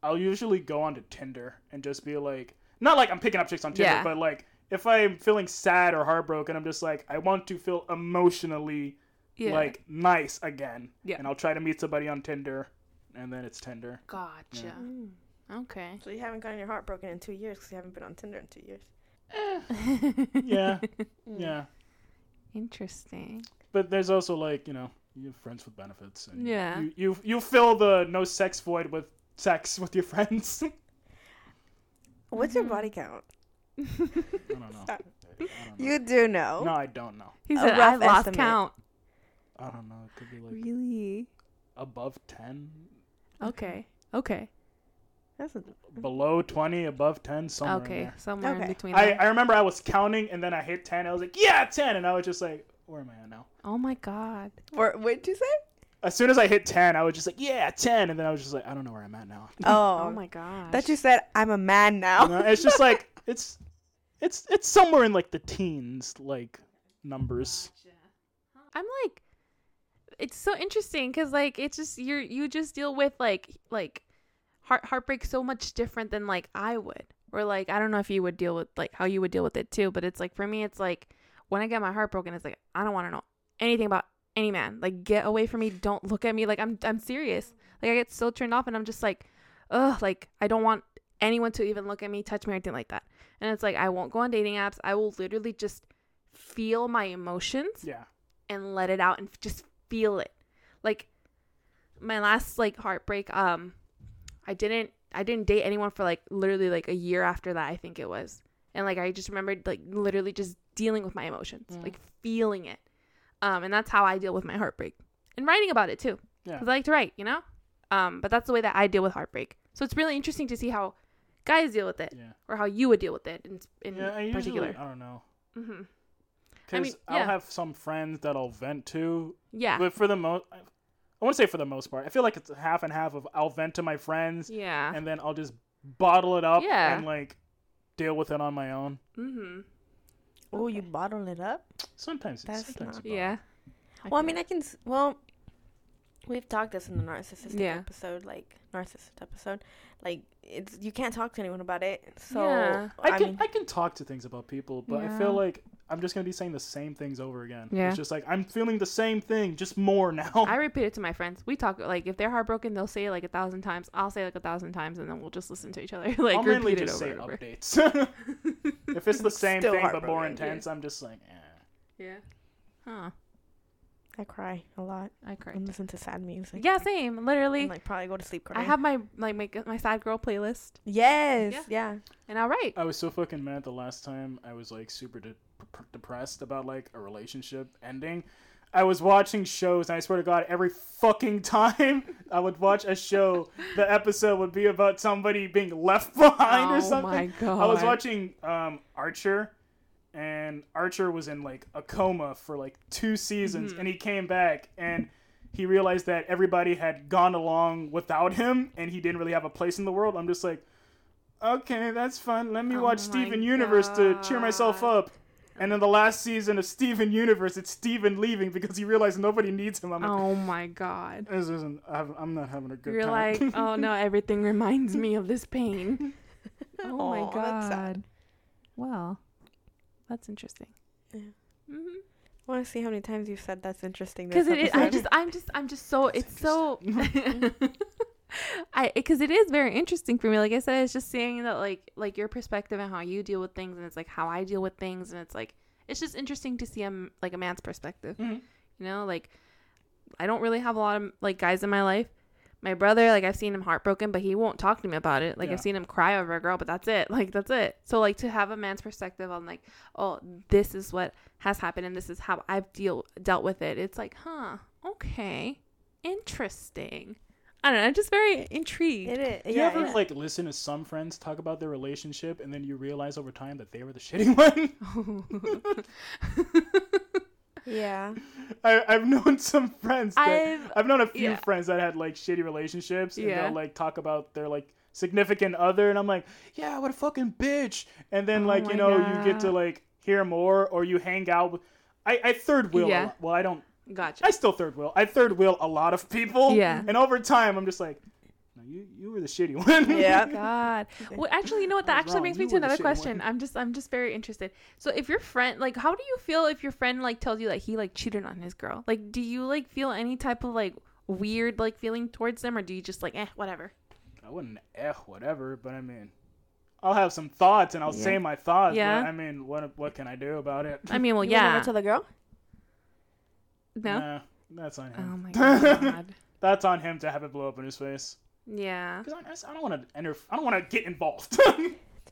Speaker 3: I'll usually go onto Tinder and just be like, not like I'm picking up chicks on Tinder,
Speaker 2: Yeah.
Speaker 3: but like, if I'm feeling sad or heartbroken, I'm just like, I want to feel emotionally,
Speaker 2: Yeah.
Speaker 3: like, nice again.
Speaker 2: Yeah.
Speaker 3: And I'll try to meet somebody on Tinder, and then it's Tinder.
Speaker 2: Gotcha. Mm. Okay.
Speaker 1: so you haven't gotten your heart broken in two years because you haven't been on Tinder in two years.
Speaker 3: Yeah. Yeah.
Speaker 2: Interesting.
Speaker 3: But there's also like you know you have friends with benefits. And
Speaker 2: Yeah.
Speaker 3: You, you you fill the no sex void with sex with your friends.
Speaker 1: What's your body count?
Speaker 3: I don't know.
Speaker 1: Stop.
Speaker 3: I don't know.
Speaker 1: You do know.
Speaker 3: No, I don't know.
Speaker 2: He
Speaker 1: A
Speaker 2: said Oh, I
Speaker 1: rough
Speaker 2: lost
Speaker 1: estimate.
Speaker 2: count.
Speaker 3: I don't know. It could be like
Speaker 2: Really?
Speaker 3: above ten,
Speaker 2: Okay. Okay.
Speaker 1: That's a,
Speaker 3: below twenty, above ten, somewhere. in
Speaker 2: Okay.
Speaker 3: there.
Speaker 2: Somewhere in
Speaker 1: Okay.
Speaker 2: between.
Speaker 3: I
Speaker 2: there.
Speaker 3: I remember I was counting and then I hit ten. I was like, yeah, ten, and I was just like, where am I at now?
Speaker 2: oh my god.
Speaker 1: what would you say?
Speaker 3: As soon as I hit ten, I was just like, yeah, ten, and then I was just like, I don't know where I'm at now.
Speaker 1: Oh,
Speaker 2: Oh my god.
Speaker 1: that you said I'm a man now.
Speaker 3: You know, it's just like it's it's it's somewhere in like the teens, like numbers.
Speaker 2: I'm like, it's so interesting because like it's just you're you just deal with like like heart heartbreak so much different than like I would or like I don't know if you would deal with like how you would deal with it too, but it's like for me it's like when I get my heart broken, it's like I don't want to know anything about any man. Like get away from me, don't look at me. Like I'm I'm serious. Like I get so turned off and I'm just like, ugh, like I don't want anyone to even look at me, touch me, or anything like that. And it's like I won't go on dating apps. I will literally just feel my emotions
Speaker 3: Yeah.
Speaker 2: and let it out and f- just feel it. Like my last like heartbreak, um, I didn't I didn't date anyone for like literally like a year after that I think it
Speaker 3: Mm.
Speaker 2: was, and like I just remembered like literally just dealing with my emotions, like feeling it. Um, and that's how I deal with my heartbreak. And writing about it too.
Speaker 3: Yeah.
Speaker 2: Because I like to write, you know? Um, but that's the way that I deal with heartbreak. So it's really interesting to see how guys deal with it
Speaker 3: Yeah.
Speaker 2: or how you would deal with it in, in
Speaker 3: Yeah, I usually
Speaker 2: particular.
Speaker 3: I don't know.
Speaker 2: hmm
Speaker 3: Cause I
Speaker 2: mean,
Speaker 3: will
Speaker 2: yeah.
Speaker 3: have some friends that I'll vent to,
Speaker 2: Yeah.
Speaker 3: but for the most, I wouldn't say for the most part. I feel like it's half and half of I'll vent to my friends,
Speaker 2: yeah.
Speaker 3: and then I'll just bottle it up
Speaker 2: Yeah.
Speaker 3: and like deal with it on my own.
Speaker 2: hmm
Speaker 1: Oh, you bottle it up?
Speaker 3: Sometimes, it's
Speaker 1: That's
Speaker 3: sometimes
Speaker 1: not-
Speaker 3: you bottle.
Speaker 2: Yeah.
Speaker 1: Well, I mean, I can. s- Well, we've talked this in the narcissistic
Speaker 2: Yeah.
Speaker 1: episode, like narcissist episode. Like it's you can't talk to anyone about it. So
Speaker 2: Yeah.
Speaker 3: I can I,
Speaker 1: mean,
Speaker 3: can talk to things about people, but I
Speaker 2: Yeah.
Speaker 3: feel like I'm just gonna be saying the same things over again.
Speaker 2: Yeah.
Speaker 3: It's just like I'm feeling the same thing, just more now.
Speaker 2: I repeat it to my friends. We talk like if they're heartbroken, they'll say it like a thousand times. I'll say it like a thousand times, and then we'll just listen to each other. like
Speaker 3: I'll mainly
Speaker 2: repeat it
Speaker 3: just
Speaker 2: over
Speaker 3: say
Speaker 2: and over.
Speaker 3: updates. if it's the same
Speaker 1: Still
Speaker 3: thing but more
Speaker 1: heartbroken.
Speaker 3: intense, I'm just like, eh.
Speaker 2: Yeah. Huh.
Speaker 1: I cry a lot
Speaker 2: I cried.
Speaker 1: and listen to sad music.
Speaker 2: Yeah, same.
Speaker 1: And,
Speaker 2: Literally,
Speaker 1: like probably go to sleep
Speaker 2: I
Speaker 1: crying.
Speaker 2: have my like my my sad girl playlist,
Speaker 1: yes,
Speaker 2: Yeah.
Speaker 1: yeah.
Speaker 2: and I write.
Speaker 3: I was so fucking mad the last time I was like super de- p- depressed about like a relationship ending. I was watching shows, and I swear to God, every fucking time I would watch a show, the episode would be about somebody being left behind or
Speaker 2: Oh
Speaker 3: something.
Speaker 2: my
Speaker 3: I was
Speaker 2: God.
Speaker 3: watching um, Archer, and Archer was in like a coma for like two seasons,
Speaker 2: Mm-hmm.
Speaker 3: and he came back and he realized that everybody had gone along without him, and he didn't really have a place in the world. I'm just like, okay, that's fun. Let me
Speaker 2: Oh
Speaker 3: watch
Speaker 2: my
Speaker 3: Steven Universe to cheer myself
Speaker 2: God.
Speaker 3: up. And in the last season of Steven Universe, it's Steven leaving because he realized nobody needs him. I'm like,
Speaker 2: Oh my god.
Speaker 3: this isn't. I haven't- I'm not having a good
Speaker 2: You're
Speaker 3: time.
Speaker 2: like, oh no, everything reminds me of this pain. Oh my
Speaker 1: Aw, that's sad.
Speaker 2: god. Well, that's interesting.
Speaker 1: Yeah.
Speaker 2: hmm
Speaker 1: I want to see how many times you've said that's interesting. this
Speaker 2: because it is, I
Speaker 1: episode.
Speaker 2: just I'm just I'm just so it's so I because it is very interesting for me like I said it's just seeing that like like your perspective and how you deal with things and it's like how I deal with things and it's like it's just interesting to see a m like a man's perspective
Speaker 1: Mm-hmm.
Speaker 3: Mhm.
Speaker 2: you know like I don't really have a lot of like guys in my life my brother like I've seen him heartbroken but he won't talk to me about it like
Speaker 3: Yeah.
Speaker 2: I've seen him cry over a girl but that's it like that's it so like to have a man's perspective on like oh this is what has happened and this is how I've deal dealt with it. It's like, huh, okay, interesting. I don't know. I'm just very intrigued.
Speaker 1: It is.
Speaker 3: Do you
Speaker 1: yeah,
Speaker 3: ever
Speaker 1: yeah.
Speaker 3: like listen to some friends talk about their relationship and then you realize over time that they were the shitty one?
Speaker 1: yeah.
Speaker 3: I, I've known some friends. That, I've,
Speaker 2: I've-
Speaker 3: known a few
Speaker 2: yeah.
Speaker 3: friends that had like shitty relationships and
Speaker 2: Yeah.
Speaker 3: they'll like talk about their like significant other and I'm like, yeah, what a fucking bitch. And then
Speaker 2: Oh
Speaker 3: like
Speaker 2: my
Speaker 3: you know you get to
Speaker 2: God.
Speaker 3: like hear more or you hang out with. I, I third wheel. a
Speaker 2: Yeah.
Speaker 3: lot. Well, I don't.
Speaker 2: gotcha.
Speaker 3: I still third wheel. I third wheel a lot of people.
Speaker 2: Yeah.
Speaker 3: And over time, I'm just like, no, you you were the shitty one.
Speaker 1: Yeah.
Speaker 2: God. Well, actually, you know what? That
Speaker 3: I was
Speaker 2: actually
Speaker 3: wrong.
Speaker 2: brings
Speaker 3: You
Speaker 2: me to
Speaker 3: were the
Speaker 2: another
Speaker 3: shitty
Speaker 2: question.
Speaker 3: one.
Speaker 2: I'm just, I'm just very interested. So, if your friend, like, how do you feel if your friend like tells you that he like cheated on his girl? Like, do you like feel any type of like weird like feeling towards them, or do you just like, eh, whatever?
Speaker 3: I wouldn't eh whatever, but I mean, I'll have some thoughts and I'll say my thoughts.
Speaker 2: Yeah.
Speaker 3: But, I mean, what what can I do about it?
Speaker 2: I mean, well,
Speaker 1: You
Speaker 2: yeah.
Speaker 1: Never tell the girl.
Speaker 2: no.
Speaker 3: Nah, that's on
Speaker 2: Oh
Speaker 3: him.
Speaker 2: my god.
Speaker 3: That's on him to have it blow up in his face.
Speaker 2: yeah.
Speaker 3: Because I, just- I don't want to enter. I don't want to get involved.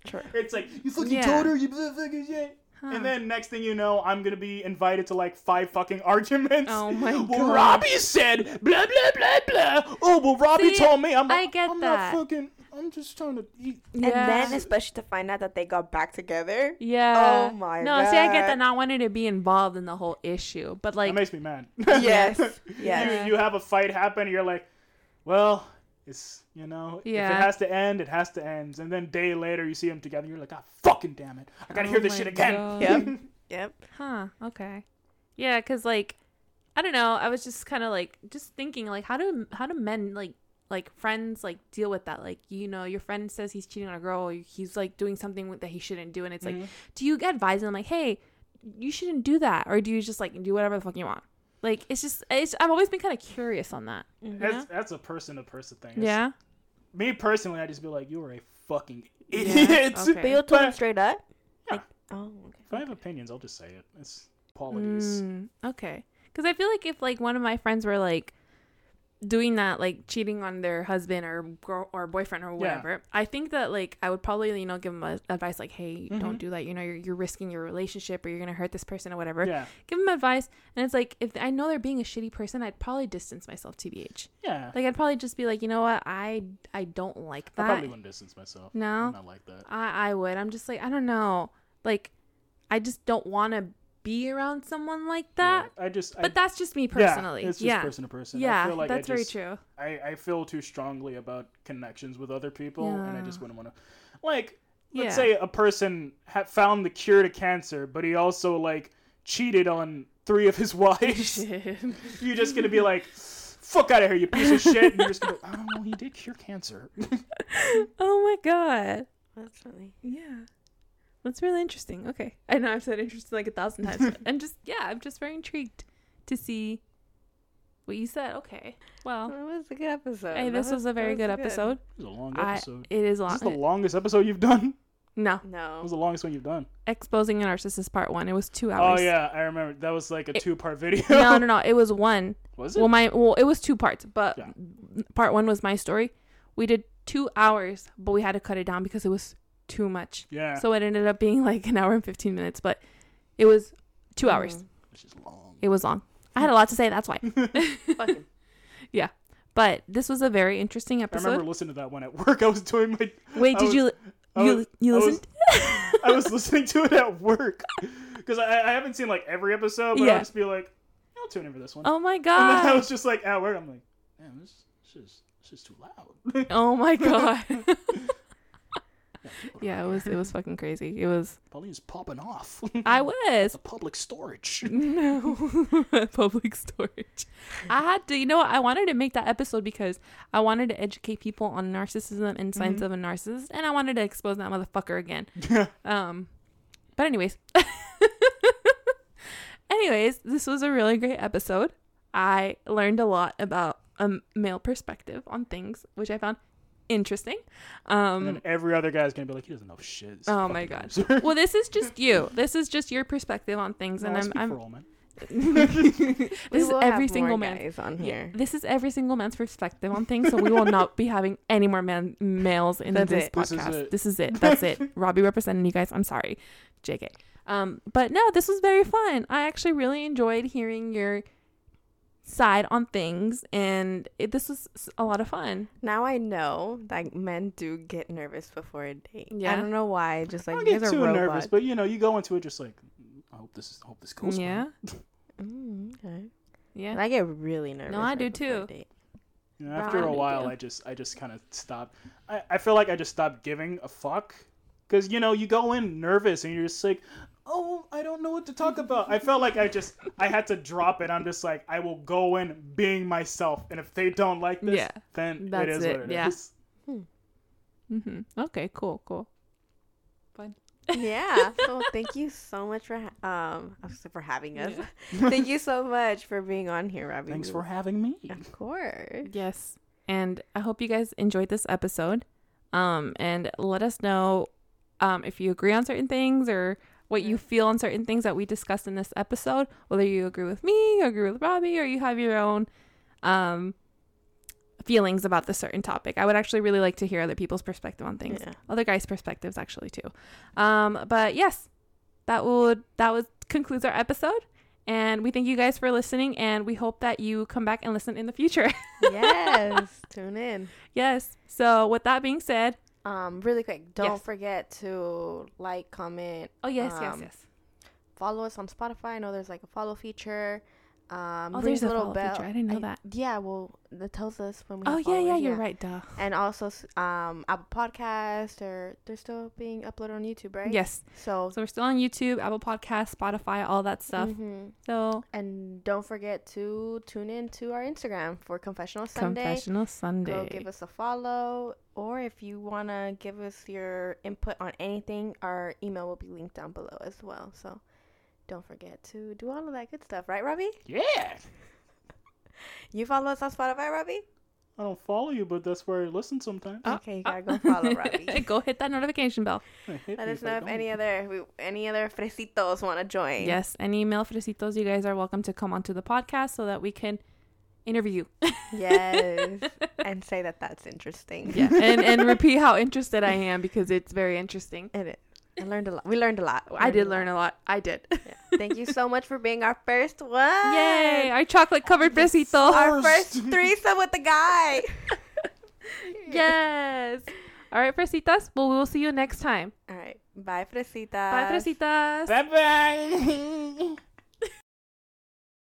Speaker 1: True.
Speaker 3: it's like you fucking
Speaker 2: Yeah.
Speaker 3: told her you blah, fucking shit.
Speaker 2: Huh.
Speaker 3: And then next thing you know, I'm gonna be invited to like five fucking arguments.
Speaker 2: Oh my
Speaker 3: well,
Speaker 2: God.
Speaker 3: Robbie said blah blah blah blah. Oh well, Robbie
Speaker 2: See,
Speaker 3: told me. I'm.
Speaker 2: I get
Speaker 3: I'm
Speaker 2: that.
Speaker 3: not fucking. I'm just trying to eat.
Speaker 1: And then especially to find out that they got back together.
Speaker 2: Yeah.
Speaker 1: Oh my
Speaker 2: No, see, I get
Speaker 1: God.
Speaker 2: that not wanting to be involved in the whole issue, but
Speaker 3: That
Speaker 2: like,
Speaker 3: makes me mad.
Speaker 1: Yes. Yes.
Speaker 2: Yeah.
Speaker 3: you, you have a fight happen and you're like well it's you know if
Speaker 2: Yeah.
Speaker 3: it has to end it has to end and then day later you see them together you're like ah fucking damn it i gotta
Speaker 2: Oh
Speaker 3: hear this
Speaker 2: my
Speaker 3: shit again
Speaker 2: God.
Speaker 1: Yep. Yep.
Speaker 2: huh? Okay. Yeah, because like, I don't know. I was just kind of like just thinking like, how do how do men like like friends like deal with that? Like, you know, your friend says he's cheating on a girl, or he's like doing something that he shouldn't do, and it's like, do you advise them like, hey, you shouldn't do that, or do you just like do whatever the fuck you want? Like, it's just it's. I've always been kind of curious on that.
Speaker 3: that's, that's a person to person thing It's-
Speaker 2: Yeah.
Speaker 3: me personally i just be like you are a fucking
Speaker 2: Yeah,
Speaker 3: idiot
Speaker 2: okay.
Speaker 1: But you'll tell them
Speaker 3: But-
Speaker 1: straight up.
Speaker 3: Yeah.
Speaker 1: Like, oh, okay.
Speaker 3: if i have opinions i'll just say it it's qualities
Speaker 2: Mm, okay. Because I feel like if like one of my friends were like, doing that, like cheating on their husband or girl or boyfriend or whatever, I think that like I would probably you know give them a, advice like, hey,
Speaker 3: Mm-hmm.
Speaker 2: don't do that. You know, you're, you're risking your relationship or you're gonna hurt this person or whatever.
Speaker 3: Yeah.
Speaker 2: Give them advice, and it's like if I know they're being a shitty person, I'd probably distance myself, tbh.
Speaker 3: Yeah.
Speaker 2: Like I'd probably just be like, you know what, I I don't like
Speaker 3: I
Speaker 2: that.
Speaker 3: probably wouldn't distance myself.
Speaker 2: No?
Speaker 3: I'm not like that.
Speaker 2: I, I would. I'm just like, I don't know. Like, I just don't want to be around someone like that.
Speaker 3: Yeah, I just. I,
Speaker 2: But that's just me
Speaker 3: yeah,
Speaker 2: personally. Yeah.
Speaker 3: it's just person to person.
Speaker 2: yeah,
Speaker 3: I feel like I
Speaker 2: that's very
Speaker 3: just-
Speaker 2: true.
Speaker 3: I, I feel too strongly about connections with other people, and I
Speaker 2: Yeah.
Speaker 3: just wouldn't want to. Like, let's
Speaker 2: Yeah.
Speaker 3: say a person ha- found the cure to cancer, but he also like cheated on three of his wives. you're just gonna be like, "Fuck out of here, you piece of shit!" And you're just gonna, go, "Oh well, he did cure cancer."
Speaker 2: oh my god.
Speaker 1: That's funny.
Speaker 2: Yeah. That's really interesting. Okay. I know I've said interesting like a thousand times. but I'm just yeah, I'm just very intrigued to see what you said. Okay. Well,
Speaker 1: That was a good episode.
Speaker 2: Oh. hey,
Speaker 1: That
Speaker 2: this was a very
Speaker 1: that
Speaker 2: good episode.
Speaker 3: It was a long
Speaker 2: I,
Speaker 3: episode.
Speaker 2: it is long.
Speaker 3: Is this the longest episode you've done?
Speaker 2: no,
Speaker 3: It
Speaker 1: No.
Speaker 3: was the longest one you've done.
Speaker 2: exposing a narcissist part one. It was two
Speaker 3: Oh
Speaker 2: hours.
Speaker 3: yeah, I remember. That was like a
Speaker 2: It-
Speaker 3: two-part video.
Speaker 2: No, no, no. It was one.
Speaker 3: Was it?
Speaker 2: Well, my well, it was two parts, but
Speaker 3: Yeah.
Speaker 2: part one was my story. We did two hours, but we had to cut it down because it was too much.
Speaker 3: yeah.
Speaker 2: So it ended up being like an hour and fifteen minutes, but it was
Speaker 3: Mm.
Speaker 2: two hours.
Speaker 3: Which is long.
Speaker 2: It was long. I
Speaker 3: Mm.
Speaker 2: had a lot to say. That's why.
Speaker 1: Fucking-
Speaker 2: But this was a very interesting
Speaker 3: I remember
Speaker 2: episode.
Speaker 3: listening to that one at work. I was doing my.
Speaker 2: Wait,
Speaker 3: I
Speaker 2: did
Speaker 3: was-
Speaker 2: you
Speaker 3: I
Speaker 2: you
Speaker 3: was-
Speaker 2: you
Speaker 3: I was-
Speaker 2: listened?
Speaker 3: I was listening to it at work because I, I haven't seen like every episode, but I'll
Speaker 2: Yeah.
Speaker 3: just be like, I'll tune in for this one.
Speaker 2: oh my
Speaker 3: and then I
Speaker 2: god!
Speaker 3: was just like at work. I'm like, man, this, this is this is too loud.
Speaker 2: Oh my god!
Speaker 3: People are-
Speaker 2: yeah, it was it was fucking crazy. It was.
Speaker 3: Pauline's popping off.
Speaker 2: I was.
Speaker 3: the public storage.
Speaker 2: No, public storage. I had to, you know, what? I wanted to make that episode because I wanted to educate people on narcissism and signs
Speaker 3: Mm-hmm.
Speaker 2: of a narcissist, and I wanted to expose that motherfucker again. Um, but anyways, anyways, this was a really great episode. I learned a lot about a male perspective on things, which I found interesting. Um,
Speaker 3: and then every other guy's gonna be like, he doesn't know shit. He's a
Speaker 2: Oh my
Speaker 3: fucking
Speaker 2: God.
Speaker 3: loser."
Speaker 2: well, this is just you. This is just your perspective on things,
Speaker 3: No,
Speaker 2: and
Speaker 3: I
Speaker 2: I'm,
Speaker 3: speak
Speaker 2: I'm
Speaker 3: for all men.
Speaker 1: We
Speaker 2: this is
Speaker 1: will have
Speaker 2: every single
Speaker 1: more
Speaker 2: man.
Speaker 1: guys on
Speaker 2: Yeah,
Speaker 1: here.
Speaker 2: This is every single man's perspective on things, so we will not be having any more man males in
Speaker 1: That's
Speaker 2: this
Speaker 1: it.
Speaker 3: This is
Speaker 2: podcast.
Speaker 3: it.
Speaker 2: This is it. That's it. Robbie representing you guys. I'm sorry, JK. Um, but no, this was very fun. I actually really enjoyed hearing your side on things, and it, this was s- a lot of fun.
Speaker 1: Now I know that men do get nervous before a date.
Speaker 2: Yeah.
Speaker 1: I don't know why. Just like
Speaker 3: I don't
Speaker 1: you
Speaker 3: get
Speaker 1: guys are
Speaker 3: too
Speaker 1: robots.
Speaker 3: nervous, but you know, you go into it just like, I hope this is, I hope this goes. well."
Speaker 2: yeah,
Speaker 1: Mm, okay. And
Speaker 2: yeah.
Speaker 1: I get really nervous.
Speaker 2: I
Speaker 1: right
Speaker 2: do
Speaker 1: before a
Speaker 2: too.
Speaker 1: date.
Speaker 3: You know, after a
Speaker 2: Right.
Speaker 3: while,
Speaker 2: Yeah.
Speaker 3: I just I just kind of stopped. I, I feel like I just stopped giving a fuck because you know you go in nervous and you're just like, oh, I don't know what to talk about. I felt like I just I had to drop it. I'm just like I will go in being myself, and if they don't like this,
Speaker 2: Yeah.
Speaker 3: then
Speaker 2: That's
Speaker 3: it is
Speaker 2: it,
Speaker 3: what it is.
Speaker 2: yeah. hmm Okay, cool, cool.
Speaker 1: yeah. So thank you so much for ha- um for having us. thank you so much for being on here, Robbie.
Speaker 3: Thanks for having me.
Speaker 1: Of course.
Speaker 2: Yes. And I hope you guys enjoyed this episode. Um, and let us know um, if you agree on certain things or what you feel on certain things that we discussed in this episode, whether you agree with me, you agree with Robbie, or you have your own um, feelings about the certain topic. I would actually really like to hear other people's perspective on things,
Speaker 1: Yeah.
Speaker 2: other guys' perspectives actually too. Um, but yes, that would that was concludes our episode. And we thank you guys for listening, and we hope that you come back and listen in the future.
Speaker 1: yes. Tune in.
Speaker 2: Yes. So with that being said,
Speaker 1: Um, really quick, don't
Speaker 2: Yes.
Speaker 1: forget to like, comment,
Speaker 2: oh yes, yes,
Speaker 1: Um,
Speaker 2: yes.
Speaker 1: follow us on Spotify. I know there's like a follow feature. Um,
Speaker 2: Oh,
Speaker 1: ring
Speaker 2: there's
Speaker 1: the
Speaker 2: a follow feature. I didn't know that.
Speaker 1: Yeah, well, that tells us when we.
Speaker 2: Oh
Speaker 1: have
Speaker 2: yeah, yeah,
Speaker 1: followers,
Speaker 2: you're right, duh.
Speaker 1: And also, s- um, Apple Podcast or they're still being uploaded on YouTube, right?
Speaker 2: Yes.
Speaker 1: So,
Speaker 2: So we're still on YouTube, Apple Podcasts, Spotify, all that stuff.
Speaker 1: mhm.
Speaker 2: So
Speaker 1: and don't forget to tune in to our Instagram for Confessional Sunday.
Speaker 2: Confessional
Speaker 1: Go
Speaker 2: Sunday.
Speaker 1: give us a follow, or if you wanna give us your input on anything, our email will be linked down below as well. So, don't forget to do all of that good stuff, right, Robbie?
Speaker 3: Yeah.
Speaker 1: You follow us on Spotify, Robbie?
Speaker 3: I don't follow you, but that's where I listen sometimes.
Speaker 2: Oh,
Speaker 1: okay, you
Speaker 2: oh.
Speaker 1: gotta go follow Robbie.
Speaker 2: go hit that notification bell.
Speaker 1: Let us know if any other we, any other fresitos want to join.
Speaker 2: Yes. Any male fresitos, you guys are welcome to come onto the podcast so that we can interview.
Speaker 1: Yes. and say that that's interesting.
Speaker 2: yeah, and and repeat how interested I am because it's very interesting.
Speaker 1: It is. I learned a lot. We learned a lot.
Speaker 2: I did learn a lot. I did.
Speaker 1: Thank you so much for being our first one.
Speaker 2: Yay! Our chocolate covered besito.
Speaker 1: Our first threesome with the guy.
Speaker 2: Yes. All right, fresitas. Well, we will see you next time.
Speaker 1: All right. Bye, Fresita.
Speaker 2: Bye, fresitas.
Speaker 3: Bye bye.